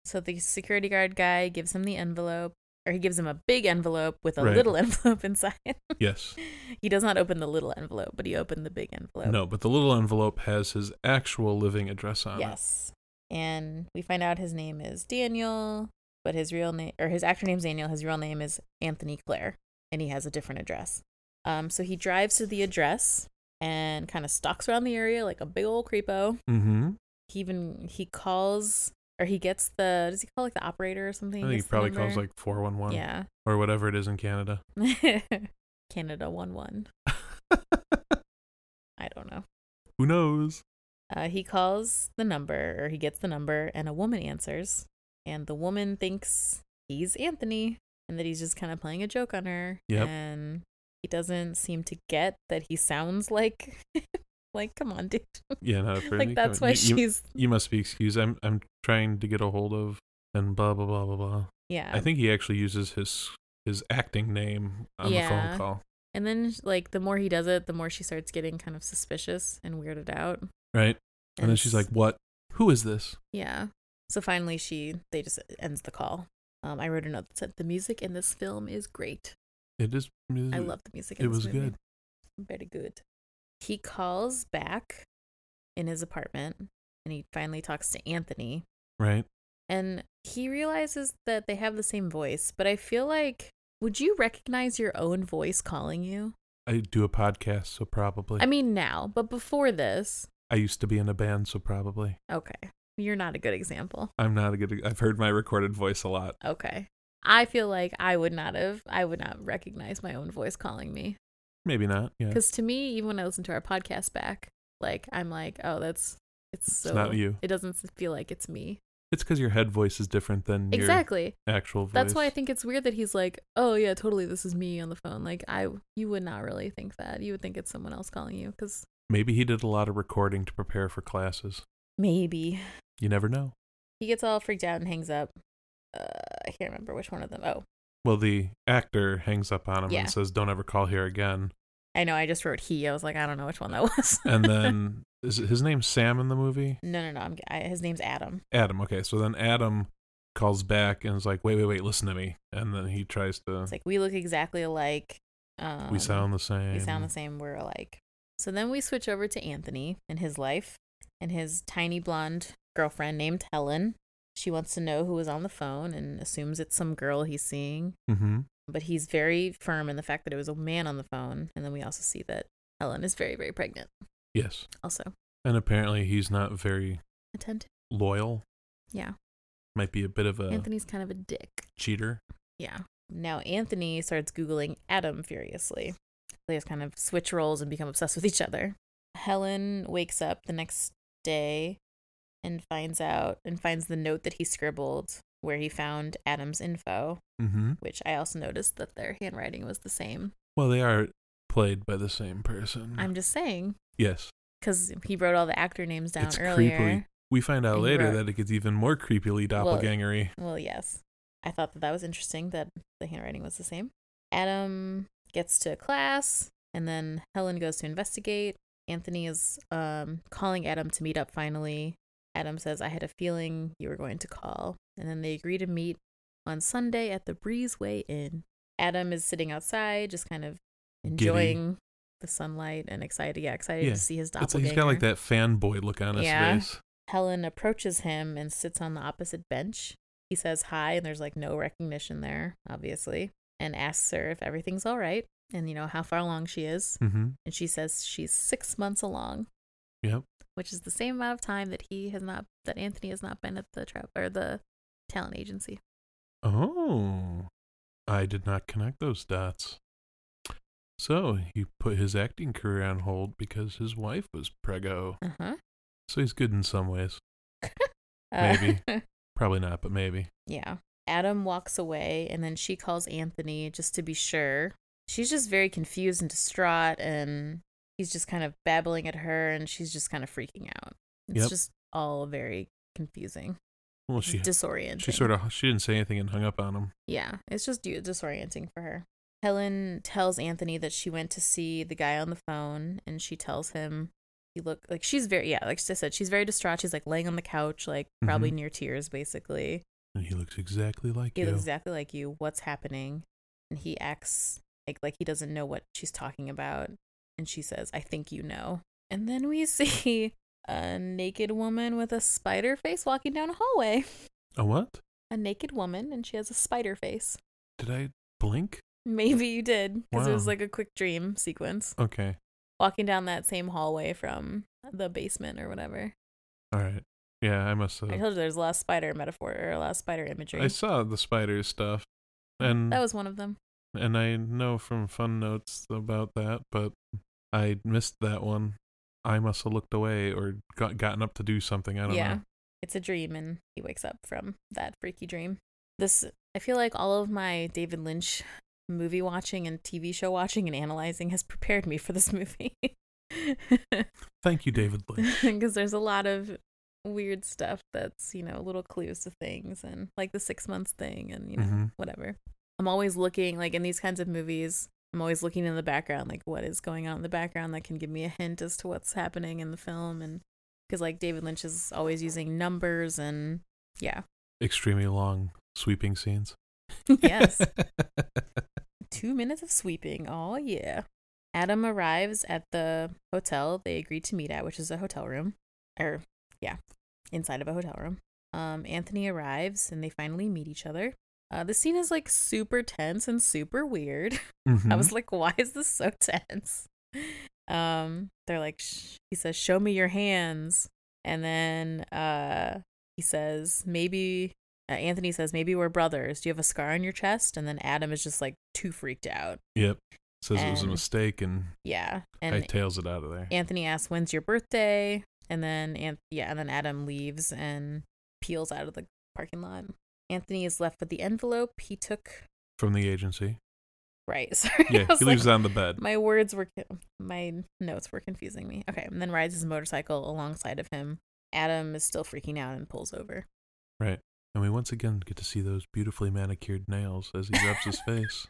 Speaker 2: So the security guard guy gives him the envelope, or he gives him a big envelope with a
Speaker 1: Right.
Speaker 2: little envelope inside.
Speaker 1: Yes.
Speaker 2: he does not open the little envelope, but he opened the big envelope.
Speaker 1: No, but the little envelope has his actual living address on it.
Speaker 2: Yes. And we find out his name is Daniel, but his real name or his actor name's Daniel, his real name is Anthony Clare, and he has a different address. Um so he drives to the address and kind of stalks around the area like a big old creepo.
Speaker 1: Mm-hmm.
Speaker 2: He even he calls or he gets the does he call like the operator or
Speaker 1: I
Speaker 2: something?
Speaker 1: think he
Speaker 2: Gets the
Speaker 1: probably calls
Speaker 2: number?
Speaker 1: like four one one
Speaker 2: Yeah.
Speaker 1: or whatever it is in Canada.
Speaker 2: Canada one one. I don't know.
Speaker 1: Who knows?
Speaker 2: Uh, he calls the number, or he gets the number, and a woman answers. And the woman thinks he's Anthony and that he's just kind of playing a joke on her.
Speaker 1: Yep.
Speaker 2: And he doesn't seem to get that he sounds like, like, come on, dude.
Speaker 1: Yeah, no, Brittany,
Speaker 2: like,
Speaker 1: come
Speaker 2: that's
Speaker 1: on.
Speaker 2: why
Speaker 1: You- you-
Speaker 2: she's,
Speaker 1: you must be excused. I'm I'm trying to get a hold of and blah blah blah blah blah.
Speaker 2: yeah.
Speaker 1: I think he actually uses his his acting name on the phone
Speaker 2: Yeah.
Speaker 1: call,
Speaker 2: and then, like, the more he does it, the more she starts getting kind of suspicious and weirded out.
Speaker 1: right? And then she's
Speaker 2: it's-
Speaker 1: like, "What? Who is this?"
Speaker 2: Yeah. So finally, she they just ends the call. Um, I wrote a note that said the music in this film is great.
Speaker 1: It is.
Speaker 2: I love the music. In
Speaker 1: It
Speaker 2: this
Speaker 1: was
Speaker 2: movie.
Speaker 1: good.
Speaker 2: Very good. He calls back in his apartment, and he finally talks to Anthony,
Speaker 1: Right?
Speaker 2: and he realizes that they have the same voice. But I feel like, would you recognize your own voice calling you?
Speaker 1: I do a podcast, so probably.
Speaker 2: I mean, now, but before this,
Speaker 1: I used to be in a band, so probably.
Speaker 2: okay, you're not a good example.
Speaker 1: I'm not a good. I've heard my recorded voice a lot.
Speaker 2: Okay. I feel like I would not have, I would not recognize my own voice calling me.
Speaker 1: Maybe not. Yeah.
Speaker 2: Because to me, even when I listen to our podcast back, like, I'm like, oh, that's, it's so,
Speaker 1: not you.
Speaker 2: it doesn't feel like it's me.
Speaker 1: It's because your head voice is different than
Speaker 2: Exactly.
Speaker 1: your actual voice.
Speaker 2: That's why I think it's weird that he's like, oh, yeah, totally, this is me on the phone. Like, I, you would not really think that. You would think it's someone else calling you. Because
Speaker 1: Maybe he did a lot of recording to prepare for classes.
Speaker 2: maybe.
Speaker 1: You never know.
Speaker 2: He gets all freaked out and hangs up. Uh, I can't remember which one of them. Oh,
Speaker 1: Well, the actor hangs up on him
Speaker 2: Yeah.
Speaker 1: and says, "Don't ever call here again."
Speaker 2: I know. I just wrote he. I was like, I don't know which one that was.
Speaker 1: and then is it- his name's Sam in the movie?
Speaker 2: no, no, no. I'm, I, his name's Adam.
Speaker 1: Adam. Okay, so then Adam calls back and is like, "Wait, wait, wait, listen to me." And then he tries to.
Speaker 2: It's like we look exactly alike. Um,
Speaker 1: we sound the same.
Speaker 2: We sound the same. We're alike. So then we switch over to Anthony and his life, and his tiny blonde girlfriend named Helen. She wants to know who was on the phone and assumes it's some girl he's seeing,
Speaker 1: Mm-hmm.
Speaker 2: but he's very firm in the fact that it was a man on the phone. And then we also see that Helen is very, very pregnant,
Speaker 1: Yes.
Speaker 2: also
Speaker 1: And apparently he's not very
Speaker 2: attentive.
Speaker 1: loyal.
Speaker 2: Yeah.
Speaker 1: Might be a bit of a
Speaker 2: Anthony's kind of a dick.
Speaker 1: cheater.
Speaker 2: Yeah. Now Anthony starts Googling Adam furiously. They just kind of switch roles and become obsessed with each other. Helen wakes up the next day and finds out and finds the note that he scribbled where he found Adam's info,
Speaker 1: Mm-hmm.
Speaker 2: which I also noticed that their handwriting was the same.
Speaker 1: Well, they are played by the same person.
Speaker 2: I'm just saying,
Speaker 1: yes.
Speaker 2: because he wrote all the actor names down
Speaker 1: it's
Speaker 2: earlier.
Speaker 1: creepy. We find out
Speaker 2: And he
Speaker 1: later
Speaker 2: wrote-
Speaker 1: that it gets even more creepily
Speaker 2: Well-
Speaker 1: doppelgangery.
Speaker 2: Well, yes. I thought that that was interesting that the handwriting was the same. Adam gets to class, and then Helen goes to investigate. Anthony is um, calling Adam to meet up finally. Adam says, I had a feeling you were going to call. And then they agree to meet on Sunday at the Breezeway Inn. Adam is sitting outside, just kind of
Speaker 1: Giddy.
Speaker 2: enjoying the sunlight and excited. Yeah, excited
Speaker 1: Yeah.
Speaker 2: to see his
Speaker 1: It's
Speaker 2: doppelganger.
Speaker 1: like he's got like that fanboy look on his
Speaker 2: Yeah.
Speaker 1: face.
Speaker 2: Helen approaches him and sits on the opposite bench. He says hi, and there's like no recognition there, obviously, and asks her if everything's all right and, you know, how far along she is.
Speaker 1: Mm-hmm.
Speaker 2: And she says she's six months along,
Speaker 1: Yep.
Speaker 2: which is the same amount of time that he has not, that Anthony has not been at the trap or the talent agency.
Speaker 1: Oh, I did not connect those dots. So he put his acting career on hold because his wife was preggo.
Speaker 2: Uh-huh.
Speaker 1: So he's good in some ways.
Speaker 2: Uh,
Speaker 1: Maybe. Probably not, but maybe.
Speaker 2: yeah. Adam walks away and then she calls Anthony just to be sure. She's just very confused and distraught and he's just kind of babbling at her and she's just kind of freaking out. It's
Speaker 1: Yep.
Speaker 2: just all very confusing.
Speaker 1: Well,
Speaker 2: It's
Speaker 1: she
Speaker 2: disorienting.
Speaker 1: she sort of she didn't say anything and hung up on him.
Speaker 2: Yeah, it's just du- disorienting for her. Helen tells Anthony that she went to see the guy on the phone and she tells him he look like she's very yeah, like I said she's very distraught. She's like laying on the couch like probably
Speaker 1: Mhm.
Speaker 2: near tears basically.
Speaker 1: And he looks exactly like
Speaker 2: He
Speaker 1: you.
Speaker 2: looks exactly like you. What's happening? And he acts like like he doesn't know what she's talking about. And she says, "I think you know." And then we see a naked woman with a spider face walking down a hallway.
Speaker 1: a what?
Speaker 2: A naked woman, and she has a spider face.
Speaker 1: Did I blink?
Speaker 2: Maybe you did because it was
Speaker 1: Wow.
Speaker 2: like a quick dream sequence
Speaker 1: Okay.
Speaker 2: walking down that same hallway from the basement or whatever.
Speaker 1: All right. Yeah, I must
Speaker 2: I
Speaker 1: have.
Speaker 2: told you there's a lot of spider metaphor or a lot of spider imagery.
Speaker 1: I mm. saw the spider stuff, and
Speaker 2: that was one of them.
Speaker 1: and I know from fun notes about that, but I missed that one. I must have looked away or got gotten up to do something. I don't
Speaker 2: yeah.
Speaker 1: know.
Speaker 2: It's a dream and he wakes up from that freaky dream. This I feel like all of my David Lynch movie watching and TV show watching and analyzing has prepared me for this movie.
Speaker 1: Thank you, David Lynch.
Speaker 2: Cuz there's a lot of weird stuff that's, you know, little clues to things and like the 6 months thing and you know,
Speaker 1: Mhm.
Speaker 2: whatever. I'm always looking like in these kinds of movies I'm always looking in the background, like what is going on in the background that can give me a hint as to what's happening in the film. And because like David Lynch is always using numbers and yeah,
Speaker 1: Extremely long sweeping scenes.
Speaker 2: yes, two minutes of sweeping. Oh, yeah. Adam arrives at the hotel they agreed to meet at, which is a hotel room or yeah, inside of a hotel room. Um, Anthony arrives and they finally meet each other. Uh, the scene is like super tense and super weird. I
Speaker 1: Mhm.
Speaker 2: was like, why is this so tense? Um, they're like, Sh-, he says, show me your hands. And then uh, he says, maybe, uh, Anthony says, maybe we're brothers. Do you have a scar on your chest? And then Adam is just like too freaked out.
Speaker 1: Yep. Says it was a
Speaker 2: and-
Speaker 1: mistake and,
Speaker 2: Yeah.
Speaker 1: I
Speaker 2: And
Speaker 1: tails it out of there.
Speaker 2: Anthony asks, when's your birthday? And then, Anth- yeah, and then Adam leaves and peels out of the parking lot. Anthony is left with the envelope he took.
Speaker 1: From the agency.
Speaker 2: Right. Sorry. I
Speaker 1: Yeah,
Speaker 2: was
Speaker 1: he
Speaker 2: like,
Speaker 1: leaves it on the bed.
Speaker 2: My words were co- my notes were confusing me. Okay, and then rides his motorcycle alongside of him. Adam is still freaking out and pulls over.
Speaker 1: And we once again get to see those beautifully manicured nails as he rubs his face.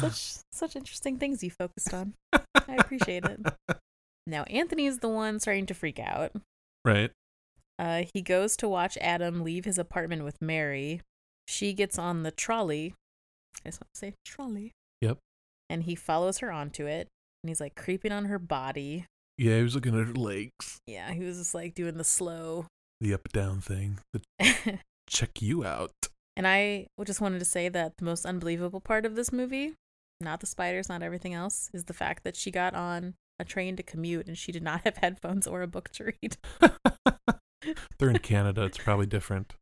Speaker 2: Such such interesting things you focused on. I appreciate it. Now Anthony is the one starting to freak out.
Speaker 1: Right.
Speaker 2: Uh, he goes to watch Adam leave his apartment with Mary. She gets on the trolley. I just want to say trolley.
Speaker 1: Yep.
Speaker 2: And he follows her onto it. and he's like creeping on her body.
Speaker 1: Yeah, he was looking at her legs,
Speaker 2: Yeah, he was just like doing the slow.
Speaker 1: the up down thing, the
Speaker 2: and
Speaker 1: check you out.
Speaker 2: I just wanted to say that the most unbelievable part of this movie, not the spiders, not everything else, is the fact that she got on a train to commute and she did not have headphones or a book to read.
Speaker 1: They're in Canada, it's probably different.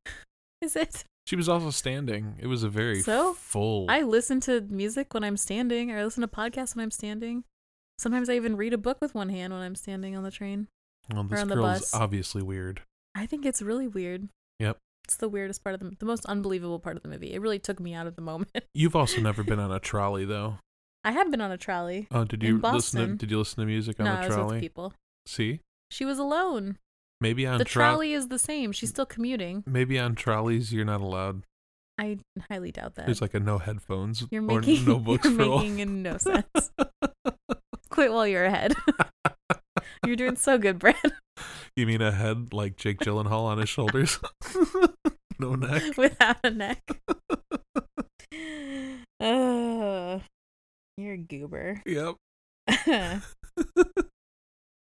Speaker 2: Is it?
Speaker 1: She was also standing. It was a very
Speaker 2: So,
Speaker 1: full.
Speaker 2: I listen to music when I'm standing, or I listen to podcasts when I'm standing. Sometimes I even read a book with one hand when I'm standing on the train.
Speaker 1: well, Oh, this
Speaker 2: on the
Speaker 1: girl's
Speaker 2: bus.
Speaker 1: obviously weird.
Speaker 2: I think it's really weird.
Speaker 1: Yep.
Speaker 2: It's the weirdest part of the the most unbelievable part of the movie. It really took me out of the moment.
Speaker 1: You've also never been on a trolley though.
Speaker 2: I have been on a trolley.
Speaker 1: Oh, did
Speaker 2: In
Speaker 1: you listen? To,
Speaker 2: Boston.
Speaker 1: did you listen to music on
Speaker 2: No,
Speaker 1: a
Speaker 2: I was with
Speaker 1: trolley?
Speaker 2: people.
Speaker 1: See,
Speaker 2: She was alone.
Speaker 1: maybe on
Speaker 2: the
Speaker 1: tro-
Speaker 2: trolley is the same. She's still commuting.
Speaker 1: maybe on trolleys you're not allowed.
Speaker 2: I highly doubt that.
Speaker 1: There's like a no headphones
Speaker 2: you're
Speaker 1: or
Speaker 2: making
Speaker 1: no books
Speaker 2: you're
Speaker 1: for all.
Speaker 2: making no sense. Quit while you're ahead. you're doing so good, Brad.
Speaker 1: You mean a head like Jake Gyllenhaal on his shoulders? no neck.
Speaker 2: without a neck. Ugh. you're a goober.
Speaker 1: Yep.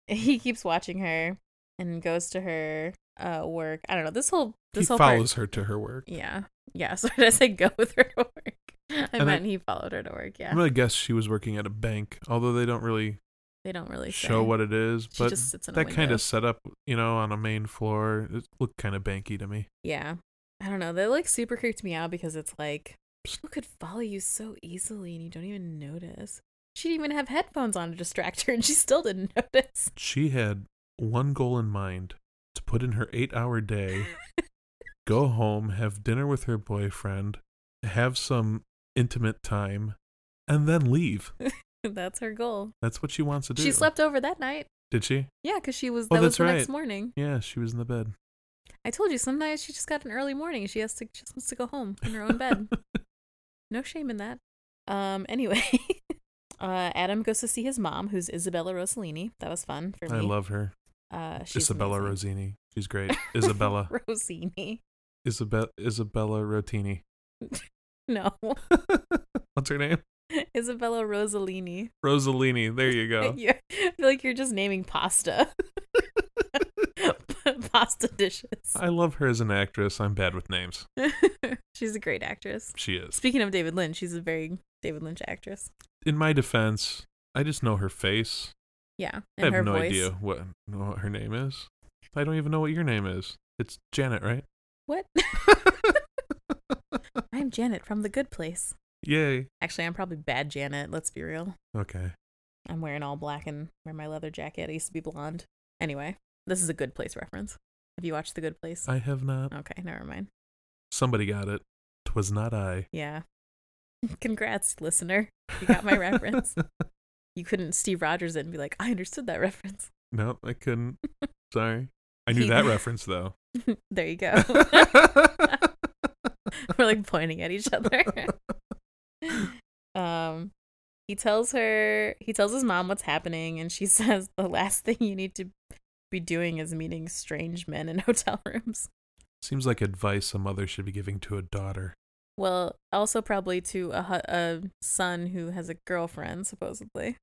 Speaker 2: he keeps watching her and goes to her uh work. I don't know. This whole this
Speaker 1: he
Speaker 2: whole
Speaker 1: follows her to her work.
Speaker 2: part. Yeah. Yeah. So did I say go with her to work? I
Speaker 1: And I-
Speaker 2: meant he followed her to work. Yeah.
Speaker 1: I'm gonna guess she was working at a bank, although they don't really
Speaker 2: they don't really say.
Speaker 1: show what it is.
Speaker 2: She
Speaker 1: But
Speaker 2: just sits in a
Speaker 1: that kind
Speaker 2: window.
Speaker 1: of setup, you know, on a main floor, it looked kind of banky to me.
Speaker 2: Yeah. I don't know. That like super creeped me out because it's like people could follow you so easily and you don't even notice. She didn't even have headphones on to distract her and she still didn't notice.
Speaker 1: She had one goal in mind: to put in her eight-hour day, go home, have dinner with her boyfriend, have some intimate time, and then leave.
Speaker 2: That's her goal.
Speaker 1: That's what she wants to do.
Speaker 2: She slept over that night.
Speaker 1: Did she?
Speaker 2: Yeah, because she was
Speaker 1: Oh,
Speaker 2: that was
Speaker 1: that's
Speaker 2: the next
Speaker 1: right.
Speaker 2: morning.
Speaker 1: Yeah, she was in the bed.
Speaker 2: I told you sometimes she just got an early morning. She has to just wants to go home in her own bed. No shame in that. Um anyway. uh Adam goes to see his mom, who's Isabella Rossellini. That was fun for me.
Speaker 1: I love her.
Speaker 2: uh she's
Speaker 1: Isabella
Speaker 2: amazing.
Speaker 1: Rossini. She's great. Isabella.
Speaker 2: Rossini.
Speaker 1: Isabe- Isabella Rotini.
Speaker 2: No.
Speaker 1: What's her name?
Speaker 2: Isabella Rossellini.
Speaker 1: Rosalini. There you go.
Speaker 2: You're- I feel like you're just naming pasta. pasta dishes.
Speaker 1: I love her as an actress. I'm bad with names.
Speaker 2: she's a great actress.
Speaker 1: She is.
Speaker 2: Speaking of David Lynch, she's a very David Lynch actress.
Speaker 1: In my defense, I just know her face.
Speaker 2: Yeah.
Speaker 1: I
Speaker 2: And her
Speaker 1: have no
Speaker 2: voice.
Speaker 1: idea what, what her name is. I don't even know what your name is. It's Janet, right?
Speaker 2: What? I'm Janet from The Good Place.
Speaker 1: Yay.
Speaker 2: Actually, I'm probably bad Janet, let's be real.
Speaker 1: Okay.
Speaker 2: I'm wearing all black and wear my leather jacket. I used to be blonde. Anyway, this is a Good Place reference. Have you watched The Good Place?
Speaker 1: I have not.
Speaker 2: Okay, never mind.
Speaker 1: Somebody got it. Twas not I.
Speaker 2: Yeah. Congrats, listener. You got my reference. You couldn't Steve Rogers it and be like, I understood that reference.
Speaker 1: No, I couldn't. Sorry. I knew
Speaker 2: He- Oh.
Speaker 1: that reference though.
Speaker 2: there you go. We're like pointing at each other. um he tells her he tells his mom what's happening and she says the last thing you need to be doing is meeting strange men in hotel rooms.
Speaker 1: Seems like advice a mother should be giving to a daughter.
Speaker 2: Well, also probably to a hu- a son who has a girlfriend supposedly.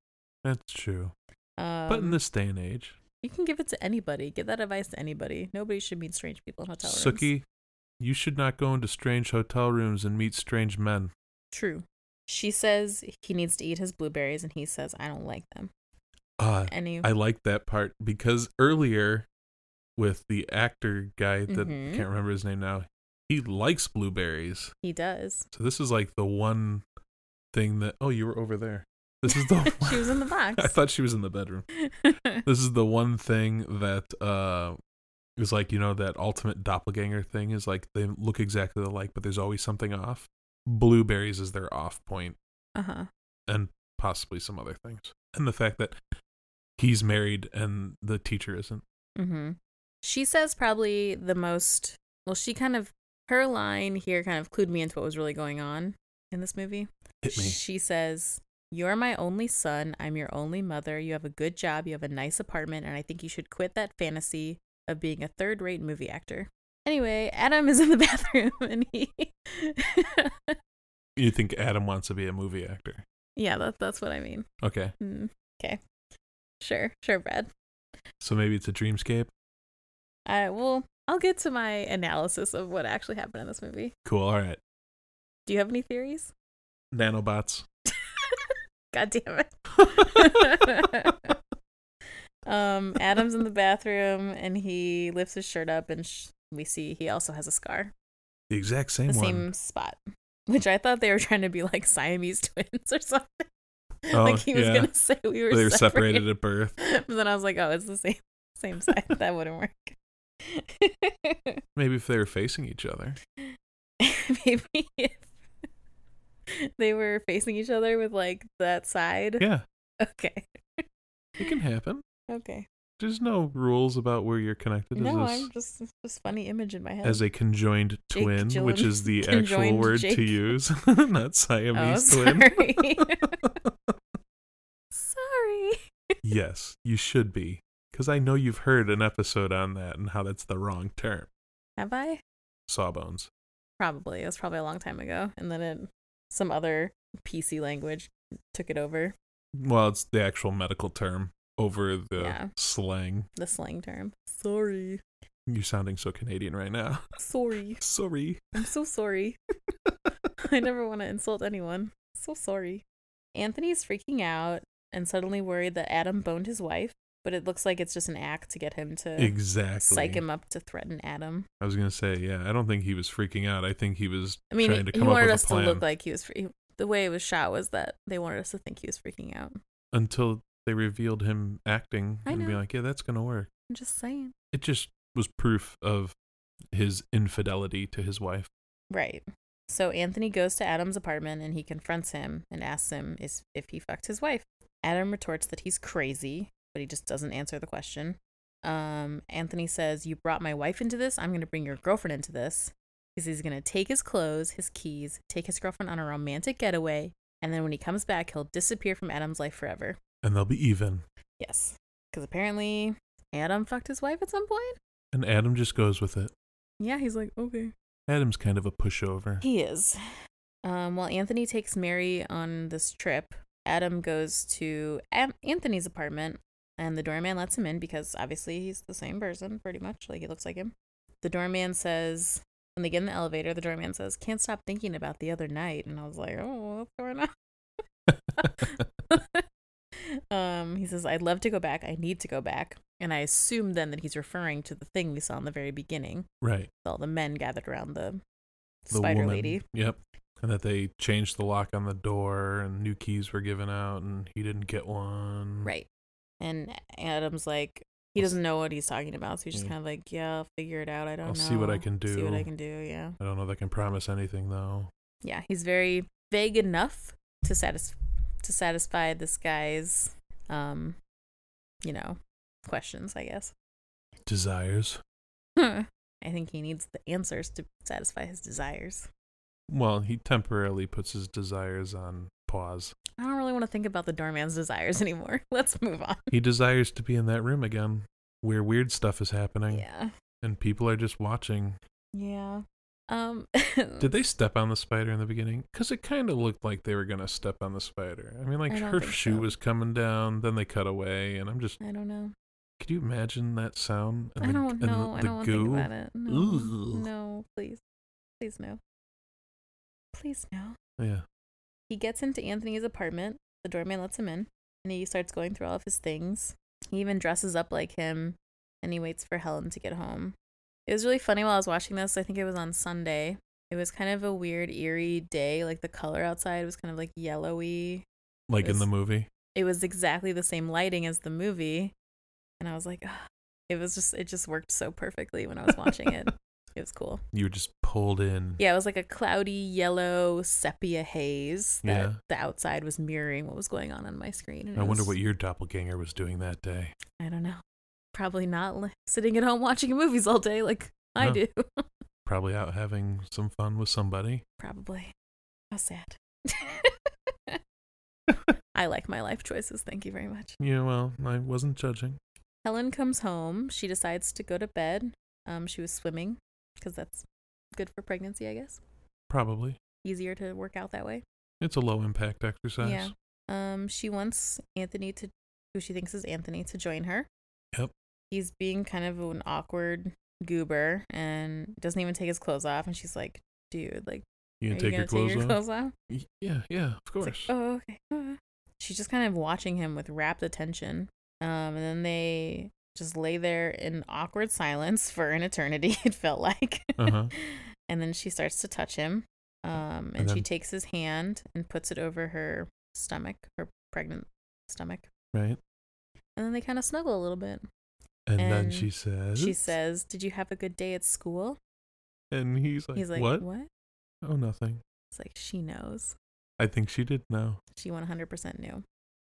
Speaker 1: That's true.
Speaker 2: Um,
Speaker 1: but in this day and age,
Speaker 2: you can give it to anybody. Give that advice to anybody. Nobody should meet strange people in hotel rooms.
Speaker 1: Suki, you should not go into strange hotel rooms and meet strange men.
Speaker 2: True. She says he needs to eat his blueberries, and he says, I don't like them.
Speaker 1: Ah,
Speaker 2: And he,
Speaker 1: I like that part because earlier with the actor guy that
Speaker 2: Mhm.
Speaker 1: can't remember his name now, he likes blueberries.
Speaker 2: he does.
Speaker 1: So this is like the one thing that oh, you were over there. This is the
Speaker 2: she was in the
Speaker 1: I
Speaker 2: box.
Speaker 1: thought she was in the bedroom. This is the one thing that uh is like, you know, that ultimate doppelganger thing is like they look exactly alike, but there's always something off. Blueberries is their off point
Speaker 2: uh huh.
Speaker 1: and possibly some other things. And the fact that he's married and the teacher isn't.
Speaker 2: Mm-hmm. She says probably the most. Well, she kind of her line here kind of clued me into what was really going on in this movie.
Speaker 1: Hit me.
Speaker 2: She says, "You're my only son. I'm your only mother. You have a good job. You have a nice apartment, and I think you should quit that fantasy of being a third-rate movie actor." Anyway, Adam is in the bathroom, and he,
Speaker 1: You think Adam wants to be a movie actor.
Speaker 2: yeah, that, that's what I mean.
Speaker 1: Okay.
Speaker 2: Mm. Okay. Sure. Sure, Brad.
Speaker 1: So maybe it's a dreamscape.
Speaker 2: All right. Well, I'll get to my analysis of what actually happened in this movie.
Speaker 1: Cool. All right.
Speaker 2: Do you have any theories?
Speaker 1: Nanobots.
Speaker 2: God damn it. um, Adam's in the bathroom and he lifts his shirt up, and sh- we see he also has a scar,
Speaker 1: The exact same
Speaker 2: the
Speaker 1: one.
Speaker 2: same spot, which I thought they were trying to be like Siamese twins or something.
Speaker 1: Oh,
Speaker 2: like he was
Speaker 1: yeah.
Speaker 2: gonna say we were
Speaker 1: they were
Speaker 2: separated.
Speaker 1: separated at birth.
Speaker 2: but then I was like, oh, it's the same same side. that wouldn't work.
Speaker 1: Maybe if they were facing each other.
Speaker 2: Maybe if they were facing each other with like that side.
Speaker 1: Yeah,
Speaker 2: Okay.
Speaker 1: it can happen.
Speaker 2: Okay.
Speaker 1: There's no rules about where you're connected as,
Speaker 2: No,
Speaker 1: a,
Speaker 2: I'm just it's just funny image in my head.
Speaker 1: as a conjoined
Speaker 2: Jake
Speaker 1: twin,
Speaker 2: Gyllen-
Speaker 1: which is the actual
Speaker 2: conjoined
Speaker 1: word
Speaker 2: Jake.
Speaker 1: to use, not
Speaker 2: oh,
Speaker 1: Siamese twin.
Speaker 2: sorry. sorry.
Speaker 1: yes, you should be. Because I know you've heard an episode on that and how that's the wrong term.
Speaker 2: Have I?
Speaker 1: Sawbones.
Speaker 2: Probably. It was probably a long time ago, and then it, some other PC language took it over
Speaker 1: Well, it's the actual medical term over the
Speaker 2: Yeah.
Speaker 1: slang.
Speaker 2: the slang term. Sorry.
Speaker 1: You're sounding so Canadian right now.
Speaker 2: Sorry.
Speaker 1: Sorry.
Speaker 2: I'm so sorry. I never want to insult anyone. So sorry. Anthony's freaking out and suddenly worried that Adam boned his wife, but it looks like it's just an act to get him to
Speaker 1: Exactly.
Speaker 2: psych him up to threaten Adam.
Speaker 1: I was gonna say, yeah. I don't think he was freaking out. I think he was
Speaker 2: I mean,
Speaker 1: trying to
Speaker 2: he, he
Speaker 1: come up
Speaker 2: wanted
Speaker 1: with
Speaker 2: us
Speaker 1: a
Speaker 2: to
Speaker 1: plan
Speaker 2: look like he was free. The way it was shot was that they wanted us to think he was freaking out.
Speaker 1: until they revealed him acting
Speaker 2: I
Speaker 1: and being
Speaker 2: know.
Speaker 1: like, yeah, that's gonna work.
Speaker 2: I'm just saying.
Speaker 1: It just was proof of his infidelity to his wife.
Speaker 2: Right. So Anthony goes to Adam's apartment and he confronts him and asks him is, if he fucked his wife. Adam retorts that he's crazy, but he just doesn't answer the question. Um, Anthony says, You brought my wife into this. I'm going to bring your girlfriend into this. Because he's going to take his clothes, his keys, take his girlfriend on a romantic getaway. And then when he comes back, he'll disappear from Adam's life forever.
Speaker 1: And they'll be even.
Speaker 2: Yes. Because apparently Adam fucked his wife at some point.
Speaker 1: And Adam just goes with it.
Speaker 2: Yeah, he's like, Okay.
Speaker 1: Adam's kind of a pushover.
Speaker 2: He is. Um, while Anthony takes Mary on this trip, Adam goes to Am- Anthony's apartment, and the doorman lets him in because obviously he's the same person, pretty much. Like he looks like him. The doorman says, when they get in the elevator, the doorman says, "Can't stop thinking about the other night," and I was like, "Oh, what's going on?" um, he says, I'd love to go back. I need to go back. And I assume then that he's referring to the thing we saw in the very beginning with
Speaker 1: right.
Speaker 2: all the men gathered around the,
Speaker 1: The
Speaker 2: spider
Speaker 1: woman.
Speaker 2: lady.
Speaker 1: Yep. And that they changed the lock on the door and new keys were given out and he didn't get one.
Speaker 2: Right. And Adam's like, he
Speaker 1: Mm. I'll s-
Speaker 2: doesn't know what he's talking about. So he's just
Speaker 1: Yeah.
Speaker 2: kind of like, yeah, I'll figure it out. I don't
Speaker 1: I'll
Speaker 2: know.
Speaker 1: see what I can
Speaker 2: See what I
Speaker 1: do."
Speaker 2: can do. Yeah.
Speaker 1: I don't know that I can promise anything though.
Speaker 2: Yeah. He's very vague enough to satis- to satisfy this guy's, um, you know, questions, I guess.
Speaker 1: Desires.
Speaker 2: I think he needs the answers to satisfy his desires.
Speaker 1: Well, he temporarily puts his desires on pause.
Speaker 2: I don't really want to think about the doorman's desires anymore. Let's move on.
Speaker 1: He desires to be in that room again where weird stuff is happening
Speaker 2: Yeah.
Speaker 1: and people are just watching.
Speaker 2: Yeah. Um
Speaker 1: Did they step on the spider in the beginning? Because it kind of looked like they were going to step on the spider. I mean, like
Speaker 2: I don't
Speaker 1: her
Speaker 2: think
Speaker 1: shoe
Speaker 2: so.
Speaker 1: was coming down, then they cut away, and I'm just.
Speaker 2: I don't know.
Speaker 1: Could you imagine that sound? And
Speaker 2: I
Speaker 1: the-
Speaker 2: don't
Speaker 1: and the-
Speaker 2: know. I
Speaker 1: the
Speaker 2: don't want to think
Speaker 1: goo?
Speaker 2: about it. No.
Speaker 1: Ooh.
Speaker 2: No, please. Please no. Please no.
Speaker 1: Yeah.
Speaker 2: He gets into Anthony's apartment. The doorman lets him in and he starts going through all of his things. He even dresses up like him and he waits for Helen to get home. It was really funny while I was watching this. I think it was on Sunday. It was kind of a weird, eerie day. Like the color outside was kind of like yellowy.
Speaker 1: Like in
Speaker 2: Yes.
Speaker 1: the movie.
Speaker 2: It was exactly the same lighting as the movie. And I was like, "Ugh." it was just, it just worked so perfectly when I was watching it. It was cool.
Speaker 1: You were just pulled in.
Speaker 2: Yeah, it was like a cloudy yellow sepia haze that
Speaker 1: Yeah.
Speaker 2: the outside was mirroring what was going on on my screen. and
Speaker 1: I
Speaker 2: it
Speaker 1: wonder
Speaker 2: was-
Speaker 1: what your doppelganger was doing that day.
Speaker 2: I don't know. Probably not li- sitting at home watching movies all day like I
Speaker 1: No.
Speaker 2: do.
Speaker 1: Probably out having some fun with somebody.
Speaker 2: Probably. How sad. I like my life choices. Thank you very much.
Speaker 1: Yeah, well, I wasn't judging.
Speaker 2: Helen comes home. She decides to go to bed. Um, she was swimming because that's good for pregnancy, I guess.
Speaker 1: Probably.
Speaker 2: Easier to work out that way.
Speaker 1: It's a low impact exercise.
Speaker 2: Yeah. Um, she wants Anthony to who she thinks is Anthony, to join her.
Speaker 1: Yep.
Speaker 2: He's being kind of an awkward goober and doesn't even take his clothes off. And she's like, dude, like,
Speaker 1: You
Speaker 2: are
Speaker 1: gonna take
Speaker 2: you
Speaker 1: your
Speaker 2: going to
Speaker 1: clothes
Speaker 2: take your
Speaker 1: off?
Speaker 2: clothes off?
Speaker 1: Y- Yeah, yeah, of
Speaker 2: It's like,
Speaker 1: course.
Speaker 2: oh, okay. uh." She's just kind of watching him with rapt attention. Um, and then they just lay there in awkward silence for an eternity, it felt like.
Speaker 1: Uh-huh.
Speaker 2: and then she starts to touch him. Um, and,
Speaker 1: And
Speaker 2: she
Speaker 1: then-
Speaker 2: takes his hand and puts it over her stomach, her pregnant stomach.
Speaker 1: Right.
Speaker 2: And then they kind of snuggle a little bit.
Speaker 1: And, then
Speaker 2: And
Speaker 1: she says,
Speaker 2: She says, Did you have a good day at school?
Speaker 1: and he's like,
Speaker 2: He's like,
Speaker 1: what?
Speaker 2: what?
Speaker 1: Oh, nothing.
Speaker 2: It's like, She knows.
Speaker 1: I think she did know.
Speaker 2: She 100% knew.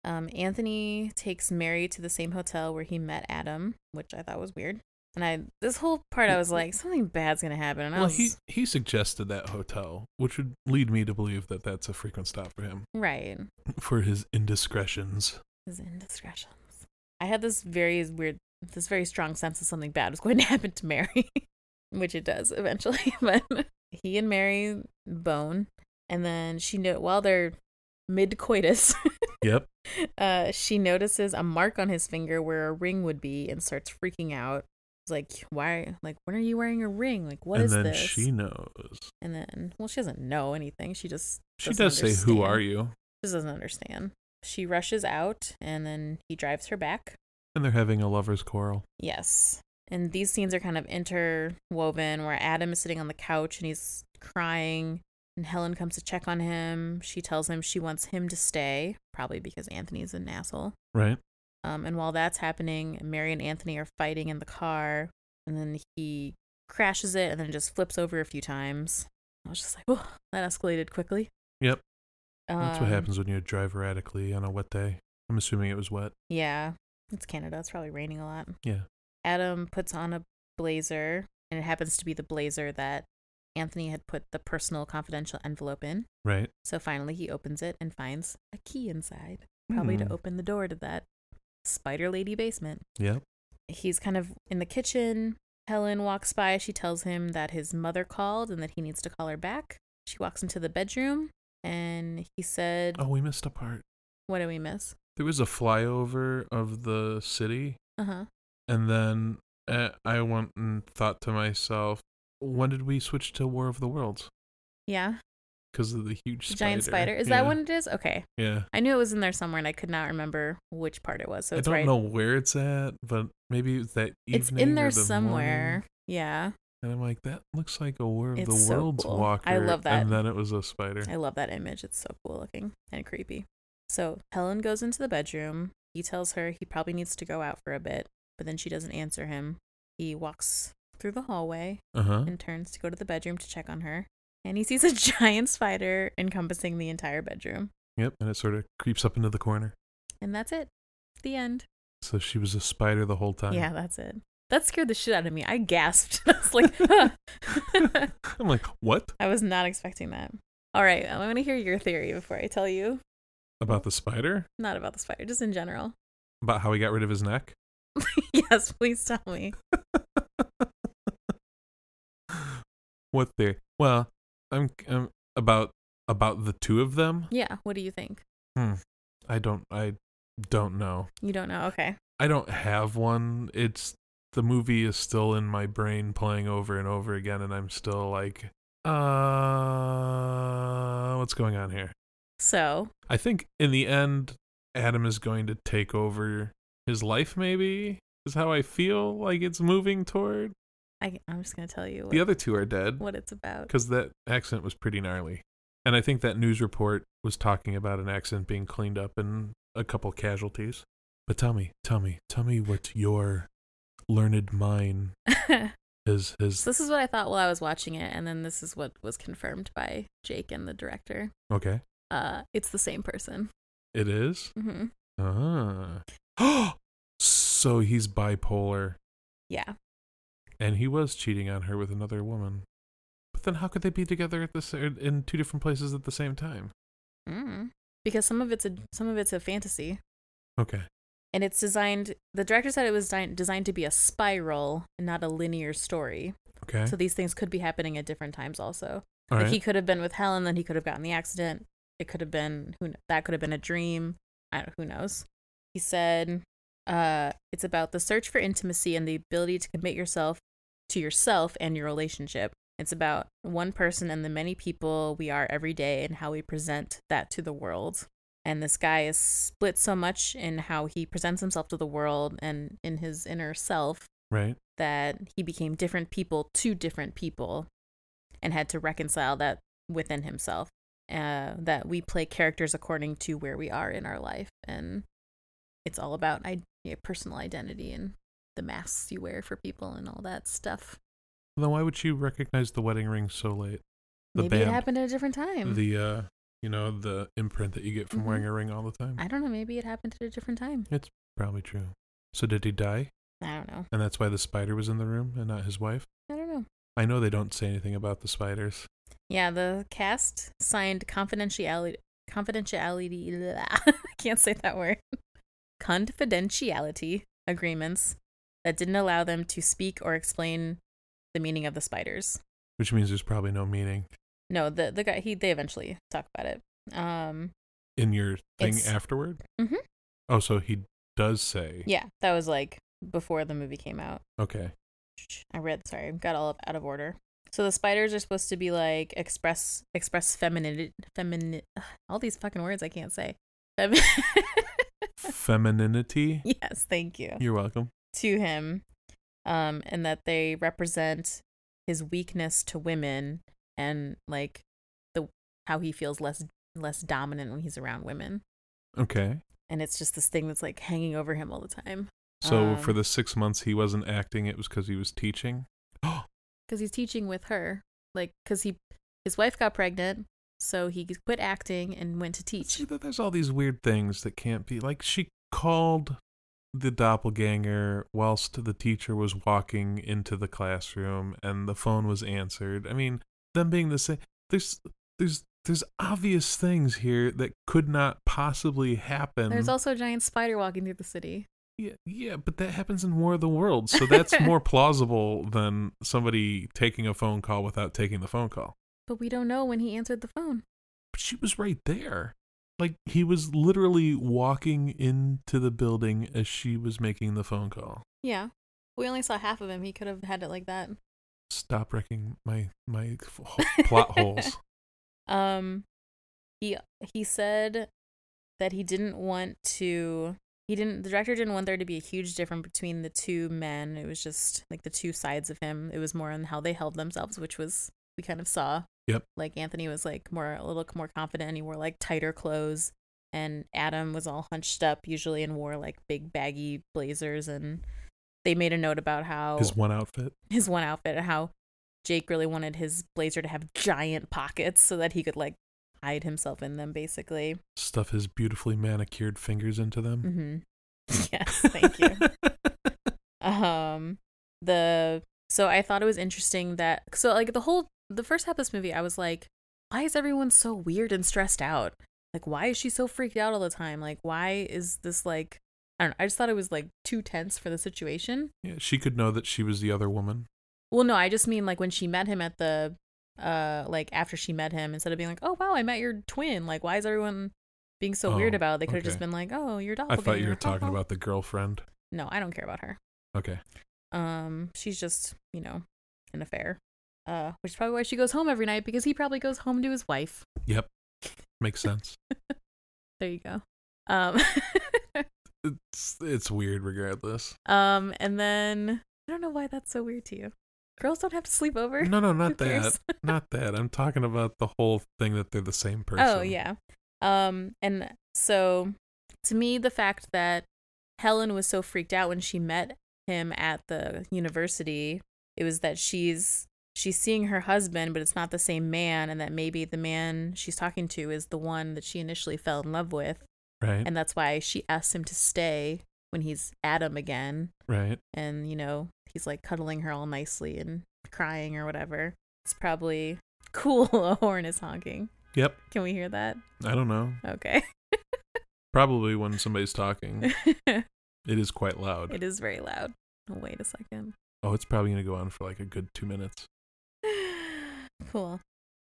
Speaker 2: Um, Anthony takes Mary to the same hotel where he met Adam, which I thought was weird. And I, this whole part, I was like, something bad's gonna happen. And I
Speaker 1: Well,
Speaker 2: was
Speaker 1: he he suggested that hotel, which would lead me to believe that that's a frequent stop for him
Speaker 2: right.
Speaker 1: for his indiscretions.
Speaker 2: His indiscretions. I had this very weird, this very strong sense of something bad was going to happen to Mary, which it does eventually. But he and Mary bone, and then she know while they're mid coitus,
Speaker 1: Yep.
Speaker 2: uh, she notices a mark on his finger where a ring would be and starts freaking out. It's like, why? Like, when are you wearing a ring? Like, what
Speaker 1: and
Speaker 2: is
Speaker 1: then
Speaker 2: this?
Speaker 1: she knows.
Speaker 2: and then, well, she doesn't know anything. She just
Speaker 1: She
Speaker 2: doesn't
Speaker 1: does say, "Who
Speaker 2: understand.
Speaker 1: are you?"
Speaker 2: She doesn't understand. She rushes out, and then he drives her back.
Speaker 1: And they're having a lovers' quarrel.
Speaker 2: Yes. And these scenes are kind of interwoven where Adam is sitting on the couch and he's crying, and Helen comes to check on him. She tells him she wants him to stay, probably because Anthony's an asshole.
Speaker 1: Right.
Speaker 2: Um, and while that's happening, Mary and Anthony are fighting in the car, and then he crashes it and then just flips over a few times. I was just like, oh, that escalated quickly.
Speaker 1: Yep. That's what
Speaker 2: Um,
Speaker 1: happens when you drive erratically on a wet day. I'm assuming it was wet.
Speaker 2: Yeah. It's Canada. It's probably raining a lot.
Speaker 1: Yeah.
Speaker 2: Adam puts on a blazer, and it happens to be the blazer that Anthony had put the personal confidential envelope in.
Speaker 1: Right.
Speaker 2: So finally, he opens it and finds a key inside, probably
Speaker 1: Hmm.
Speaker 2: to open the door to that spider lady basement.
Speaker 1: Yep.
Speaker 2: He's kind of in the kitchen. Helen walks by. She tells him that his mother called and that he needs to call her back. She walks into the bedroom, and he said,
Speaker 1: Oh, we missed a part.
Speaker 2: What did we miss?
Speaker 1: There was a flyover of the city,
Speaker 2: Uh huh.
Speaker 1: and then uh, I went and thought to myself, "When did we switch to War of the Worlds?"
Speaker 2: Yeah.
Speaker 1: Because of the huge
Speaker 2: The giant spider. Is
Speaker 1: Yeah.
Speaker 2: that what it is? Okay.
Speaker 1: Yeah.
Speaker 2: I knew it was in there somewhere, and I could not remember which part it was. So
Speaker 1: I
Speaker 2: it's
Speaker 1: don't
Speaker 2: right.
Speaker 1: know where it's at, but maybe it was that evening.
Speaker 2: it's in
Speaker 1: or
Speaker 2: there
Speaker 1: the
Speaker 2: somewhere.
Speaker 1: morning.
Speaker 2: Yeah,
Speaker 1: And I'm like, that looks like a War of the
Speaker 2: It's so
Speaker 1: Worlds
Speaker 2: cool. I
Speaker 1: walker.
Speaker 2: love that.
Speaker 1: And then it was a spider.
Speaker 2: I love that image. It's so cool looking and creepy. So Helen goes into the bedroom. He tells her he probably needs to go out for a bit, but then she doesn't answer him. He walks through the hallway
Speaker 1: Uh huh.
Speaker 2: and turns to go to the bedroom to check on her, and he sees a giant spider encompassing the entire bedroom.
Speaker 1: Yep. And it sort of creeps up into the corner.
Speaker 2: And that's it. The end.
Speaker 1: So she was a spider the whole time.
Speaker 2: Yeah, that's it. That scared the shit out of me. I gasped. I was like, huh.
Speaker 1: I'm like, what
Speaker 2: I was not expecting that. All right, I want to hear your theory before I tell you.
Speaker 1: about the spider?
Speaker 2: Not about the spider, just in general.
Speaker 1: About how he got rid of his neck?
Speaker 2: yes, please tell me.
Speaker 1: What the? Well, I'm, I'm about about the two of them.
Speaker 2: Yeah, what do you think?
Speaker 1: I don't. I don't know.
Speaker 2: You don't know. Okay.
Speaker 1: I don't have one. It's the movie is still in my brain playing over and over again, and I'm still like, uh, what's going on here?
Speaker 2: So,
Speaker 1: I think in the end, Adam is going to take over his life. Maybe is how I feel like it's moving toward.
Speaker 2: I, I'm just going to tell you what,
Speaker 1: The other two are dead
Speaker 2: what it's about.
Speaker 1: because that accident was pretty gnarly, and I think that news report was talking about an accident being cleaned up and a couple casualties. But tell me, tell me, tell me what your learned mind is. Is
Speaker 2: so, this is what I thought while I was watching it, and then this is what was confirmed by Jake and the director.
Speaker 1: okay?
Speaker 2: Uh, it's the same person.
Speaker 1: It is.
Speaker 2: hmm
Speaker 1: Ah. so he's bipolar.
Speaker 2: Yeah.
Speaker 1: and he was cheating on her with another woman. But then, how could they be together at this in two different places at the same time?
Speaker 2: Mm. Because some of it's a some of it's a fantasy.
Speaker 1: Okay,
Speaker 2: and it's designed the director said it was di- designed to be a spiral and not a linear story
Speaker 1: okay,
Speaker 2: so these things could be happening at different times also
Speaker 1: all
Speaker 2: like
Speaker 1: right.
Speaker 2: he could have been with helen then he could have gotten the accident it could have been who kn- that could have been a dream I don't, who knows He said, uh, it's about the search for intimacy and the ability to commit yourself to yourself and your relationship. It's about one person and the many people we are every day and how we present that to the world. And this guy is split so much in how he presents himself to the world and in his inner self
Speaker 1: Right.
Speaker 2: that he became different people to different people and had to reconcile that within himself uh, that we play characters according to where we are in our life and it's all about I- yeah, personal identity and the masks you wear for people and all that stuff
Speaker 1: Then why would she recognize the wedding ring so late? The
Speaker 2: maybe it
Speaker 1: band,
Speaker 2: happened at a different time
Speaker 1: the uh, you know, the imprint that you get from
Speaker 2: Mhm.
Speaker 1: wearing a ring all the time.
Speaker 2: i don't know maybe it happened at a different time
Speaker 1: Probably true. So did he die?
Speaker 2: i don't know
Speaker 1: And that's why the spider was in the room and not his wife.
Speaker 2: i don't know
Speaker 1: I know they don't say anything about the spiders.
Speaker 2: yeah the cast signed confidentiality confidentiality I can't say that word confidentiality agreements that didn't allow them to speak or explain the meaning of the spiders.
Speaker 1: Which means there's probably no meaning
Speaker 2: No, the the guy he they eventually talk about it. Um
Speaker 1: in your thing
Speaker 2: It's-
Speaker 1: afterward.
Speaker 2: Mhm.
Speaker 1: Oh, so he does say.
Speaker 2: yeah, that was like before the movie came out.
Speaker 1: Okay.
Speaker 2: I read sorry, got all up out of order. So the spiders are supposed to be like express express femininity feminine all these fucking words I can't say. Femi-
Speaker 1: Femininity.
Speaker 2: yes, thank you.
Speaker 1: You're welcome.
Speaker 2: to him um and that they represent his weakness to women and like the how he feels less less dominant when he's around women
Speaker 1: Okay.
Speaker 2: and it's just this thing that's like hanging over him all the time
Speaker 1: So for
Speaker 2: Um,
Speaker 1: the six months he wasn't acting, it was because he was teaching.
Speaker 2: because he's teaching with her like because he his wife got pregnant so he quit acting and went to teach
Speaker 1: See that there's all these weird things that can't be like she called the doppelganger whilst the teacher was walking into the classroom and the phone was answered. I mean, them being the same there's there's there's obvious things here that could not possibly happen.
Speaker 2: there's also a giant spider walking through the city
Speaker 1: yeah, yeah, but that happens in War of the Worlds, so that's more plausible than somebody taking a phone call without taking the phone call.
Speaker 2: but we don't know when he answered the phone
Speaker 1: But she was right there. Like he was literally walking into the building as she was making the phone call.
Speaker 2: yeah we only saw half of him he could have had it like that
Speaker 1: Stop wrecking my my f- ho- plot holes.
Speaker 2: Um he he said that he didn't want to he didn't the director didn't want there to be a huge difference between the two men. It was just like the two sides of him. It was more on how they held themselves, which was we kind of saw.
Speaker 1: Yep.
Speaker 2: Like Anthony was like more a little more confident and he wore like tighter clothes and Adam was all hunched up usually and wore like big baggy blazers and they made a note about how
Speaker 1: His one outfit.
Speaker 2: his one outfit and how Jake really wanted his blazer to have giant pockets so that he could like hide himself in them basically.
Speaker 1: Stuff his beautifully manicured fingers into them.
Speaker 2: Mhm. Yes, Mm, thank you. um the so I thought it was interesting that so like the whole the first half of this movie I was like why is everyone so weird and stressed out? Like why is she so freaked out all the time? Like why is this like I don't know. I just thought it was like too tense for the situation.
Speaker 1: yeah, she could know that she was the other woman.
Speaker 2: Well, no, I just mean like when she met him at the uh like after she met him instead of being like, "Oh wow, I met your twin." Like why is everyone being so weird
Speaker 1: Oh,
Speaker 2: about it? They could have just
Speaker 1: okay.
Speaker 2: been like, "Oh, your
Speaker 1: I
Speaker 2: doppelganger."
Speaker 1: thought you were
Speaker 2: ha,
Speaker 1: talking
Speaker 2: ha."
Speaker 1: about the girlfriend.
Speaker 2: No, I don't care about her.
Speaker 1: Okay.
Speaker 2: Um she's just, you know, an affair. Uh which is probably why she goes home every night because he probably goes home to his wife.
Speaker 1: Yep. Makes sense.
Speaker 2: There you go. Um
Speaker 1: it's it's weird regardless.
Speaker 2: um and then I don't know why that's so weird to you. Girls don't have to sleep over.
Speaker 1: No, no,
Speaker 2: Who
Speaker 1: not
Speaker 2: cares?
Speaker 1: that. Not that. I'm talking about the whole thing that they're the same person.
Speaker 2: Oh yeah. Um and so to me the fact that Helen was so freaked out when she met him at the university, it was that she's she's seeing her husband but it's not the same man and that maybe the man she's talking to is the one that she initially fell in love with
Speaker 1: Right.
Speaker 2: and that's why she asked him to stay when he's Adam again
Speaker 1: right.
Speaker 2: and you know he's like cuddling her all nicely and crying or whatever. It's probably cool a horn is honking.
Speaker 1: Yep.
Speaker 2: Can we hear that?
Speaker 1: I don't know.
Speaker 2: Okay.
Speaker 1: Probably when somebody's talking,
Speaker 2: it
Speaker 1: it is quite loud.
Speaker 2: is very loud. Wait a second.
Speaker 1: oh, it's probably going to go on for like a good two minutes.
Speaker 2: Cool.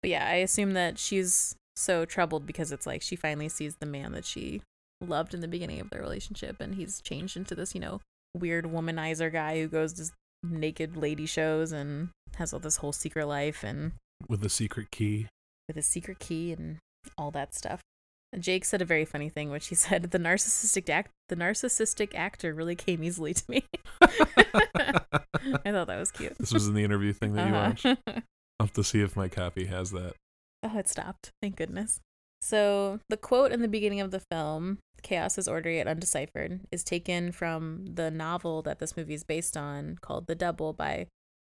Speaker 2: But yeah, I assume that she's so troubled because it's like she finally sees the man that she loved in the beginning of their relationship and he's changed into this, you know, weird womanizer guy who goes to naked lady shows and has all this whole secret life and
Speaker 1: with the secret key.
Speaker 2: with his secret key and all that stuff. And Jake said a very funny thing, which he said the narcissistic act the narcissistic actor really came easily to me. I thought that was cute.
Speaker 1: this was in the interview thing that you watched.
Speaker 2: Uh-huh.
Speaker 1: I'll have to see if my copy has that.
Speaker 2: Oh, it stopped. Thank goodness. So, the quote in the beginning of the film, Chaos is Order Yet Undeciphered, is taken from the novel that this movie is based on called The Double by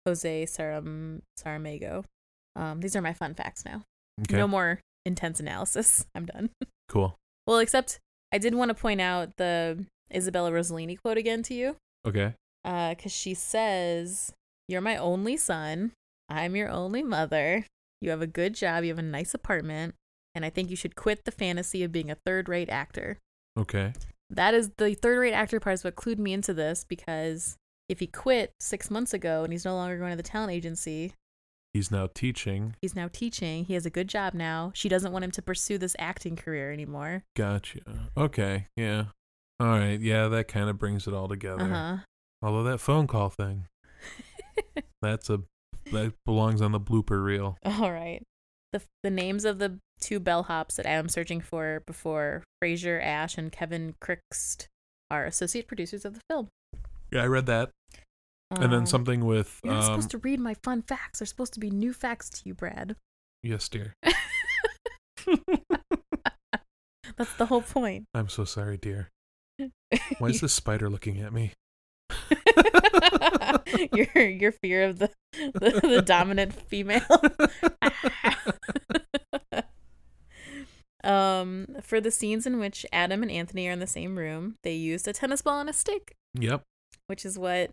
Speaker 2: Jose Saram- Saramago. Um, these are my fun facts now.
Speaker 1: Okay.
Speaker 2: No more intense analysis. I'm done.
Speaker 1: Cool.
Speaker 2: Well, except I did want to point out the Isabella Rossellini quote again to you
Speaker 1: Okay.
Speaker 2: because Uh, she says, You're my only son. I'm your only mother. You have a good job. You have a nice apartment. And I think you should quit the fantasy of being a third rate actor.
Speaker 1: Okay.
Speaker 2: That is the third rate actor part is what clued me into this because if he quit six months ago and he's no longer going to the talent agency,
Speaker 1: He's now teaching.
Speaker 2: he's now teaching. He has a good job now. She doesn't want him to pursue this acting career anymore.
Speaker 1: Gotcha. Okay. Yeah. All right. Yeah, that kind of brings it all together.
Speaker 2: Uh huh.
Speaker 1: Although that phone call thing, that's a that belongs on the blooper reel.
Speaker 2: All right. The the names of the two bellhops that I'm searching for before Fraser Ash and Kevin Crixt are associate producers of the film.
Speaker 1: Yeah, I read that, and
Speaker 2: Um,
Speaker 1: then something with
Speaker 2: You're not
Speaker 1: um,
Speaker 2: supposed to read my fun facts. They're supposed to be new facts to you, Brad.
Speaker 1: yes, dear.
Speaker 2: That's the whole point.
Speaker 1: I'm so sorry, dear. Why is this spider looking at me?
Speaker 2: your your fear of the the, the dominant female. um, for the scenes in which Adam and Anthony are in the same room, they used a tennis ball and a stick.
Speaker 1: Yep.
Speaker 2: which is what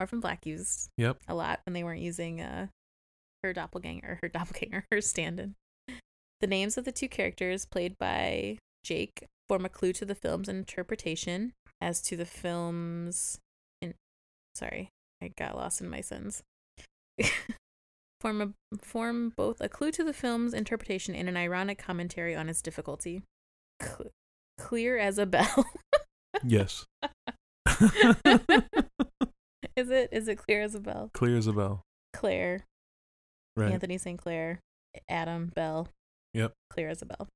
Speaker 2: Orphan Black used
Speaker 1: Yep.
Speaker 2: a lot when they weren't using uh, her doppelganger, her doppelganger, her stand-in. The names of the two characters played by Jake form a clue to the film's interpretation as to the film's. In- Sorry, I got lost in my sentence. form a form both a clue to the film's interpretation and an ironic commentary on its difficulty. Cl- clear as a bell.
Speaker 1: Yes.
Speaker 2: is it? Is it clear as a bell?
Speaker 1: Clear as a bell.
Speaker 2: Claire,
Speaker 1: Right.
Speaker 2: Anthony St. Clair, Adam Bell.
Speaker 1: Yep.
Speaker 2: Clear as a bell.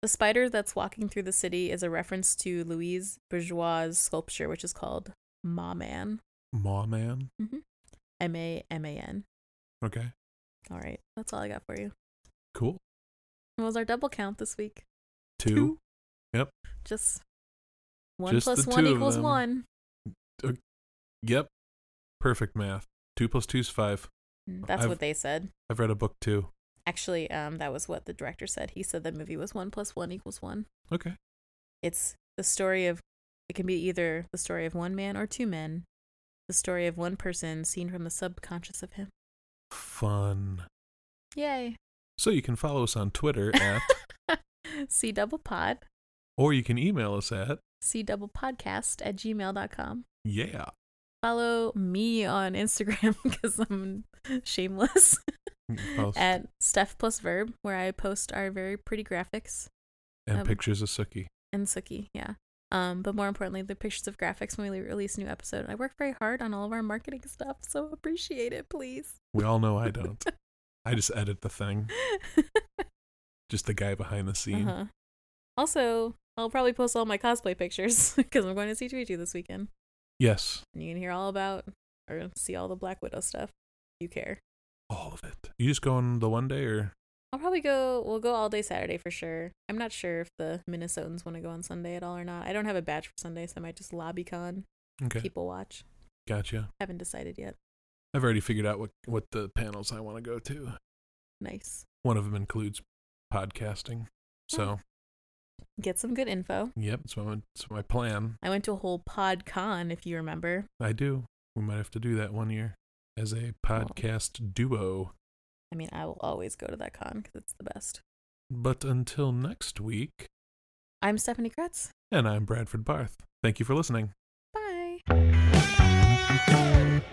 Speaker 2: The spider that's walking through the city is a reference to Louise Bourgeois' sculpture, which is called Ma Man.
Speaker 1: Maw man.
Speaker 2: M A M A N.
Speaker 1: Okay.
Speaker 2: All right. That's all I got for you.
Speaker 1: Cool.
Speaker 2: What was our double count this week?
Speaker 1: Two. Yep.
Speaker 2: Just one
Speaker 1: Just
Speaker 2: plus
Speaker 1: the
Speaker 2: one
Speaker 1: two of
Speaker 2: equals
Speaker 1: them.
Speaker 2: one.
Speaker 1: Yep. Perfect math. Two plus two is five.
Speaker 2: That's
Speaker 1: I've-
Speaker 2: what they said.
Speaker 1: I've read a book too.
Speaker 2: Actually, um, that was what the director said. He said the movie was one plus one equals one.
Speaker 1: Okay.
Speaker 2: It's the story of it can be either the story of one man or two men, the story of one person seen from the subconscious of him.
Speaker 1: Fun.
Speaker 2: Yay.
Speaker 1: So you can follow us on Twitter at,
Speaker 2: C double pod,
Speaker 1: or you can email us at,
Speaker 2: C double podcast at gmail.com.
Speaker 1: yeah.
Speaker 2: Follow me on Instagram because I'm shameless
Speaker 1: You can follow us-
Speaker 2: at Steph plus verb, where I post our very pretty graphics
Speaker 1: and
Speaker 2: um,
Speaker 1: pictures of Suki.
Speaker 2: and Suki, yeah. Um, but more importantly, the pictures of graphics when we release a new episode. I work very hard on all of our marketing stuff, so appreciate it, please.
Speaker 1: We all know I don't. I just edit the thing, just the guy behind the scene.
Speaker 2: Uh-huh. Also, I'll probably post all my cosplay pictures because I'm going to C2E2 this weekend.
Speaker 1: Yes.
Speaker 2: And you can hear all about or see all the Black Widow stuff if you care.
Speaker 1: All of it. You just go on the one day or?
Speaker 2: I'll probably go, we'll go all day Saturday for sure. I'm not sure if the Minnesotans want to go on Sunday at all or not. I don't have a badge for Sunday, so I might just lobby con,
Speaker 1: Okay.
Speaker 2: people watch.
Speaker 1: Gotcha.
Speaker 2: Haven't decided yet.
Speaker 1: I've already figured out what, what the panels I want to go to.
Speaker 2: Nice.
Speaker 1: One of them includes podcasting. So,
Speaker 2: Get some good info.
Speaker 1: yep, it's my, it's my plan.
Speaker 2: I went to a whole pod con, if you remember.
Speaker 1: I do. We might have to do that one year as a podcast duo.
Speaker 2: I mean, I will always go to that con because it's the best.
Speaker 1: But until next week,
Speaker 2: I'm Stephanie Kretz.
Speaker 1: and I'm Bradford Barth. Thank you for listening.
Speaker 2: Bye.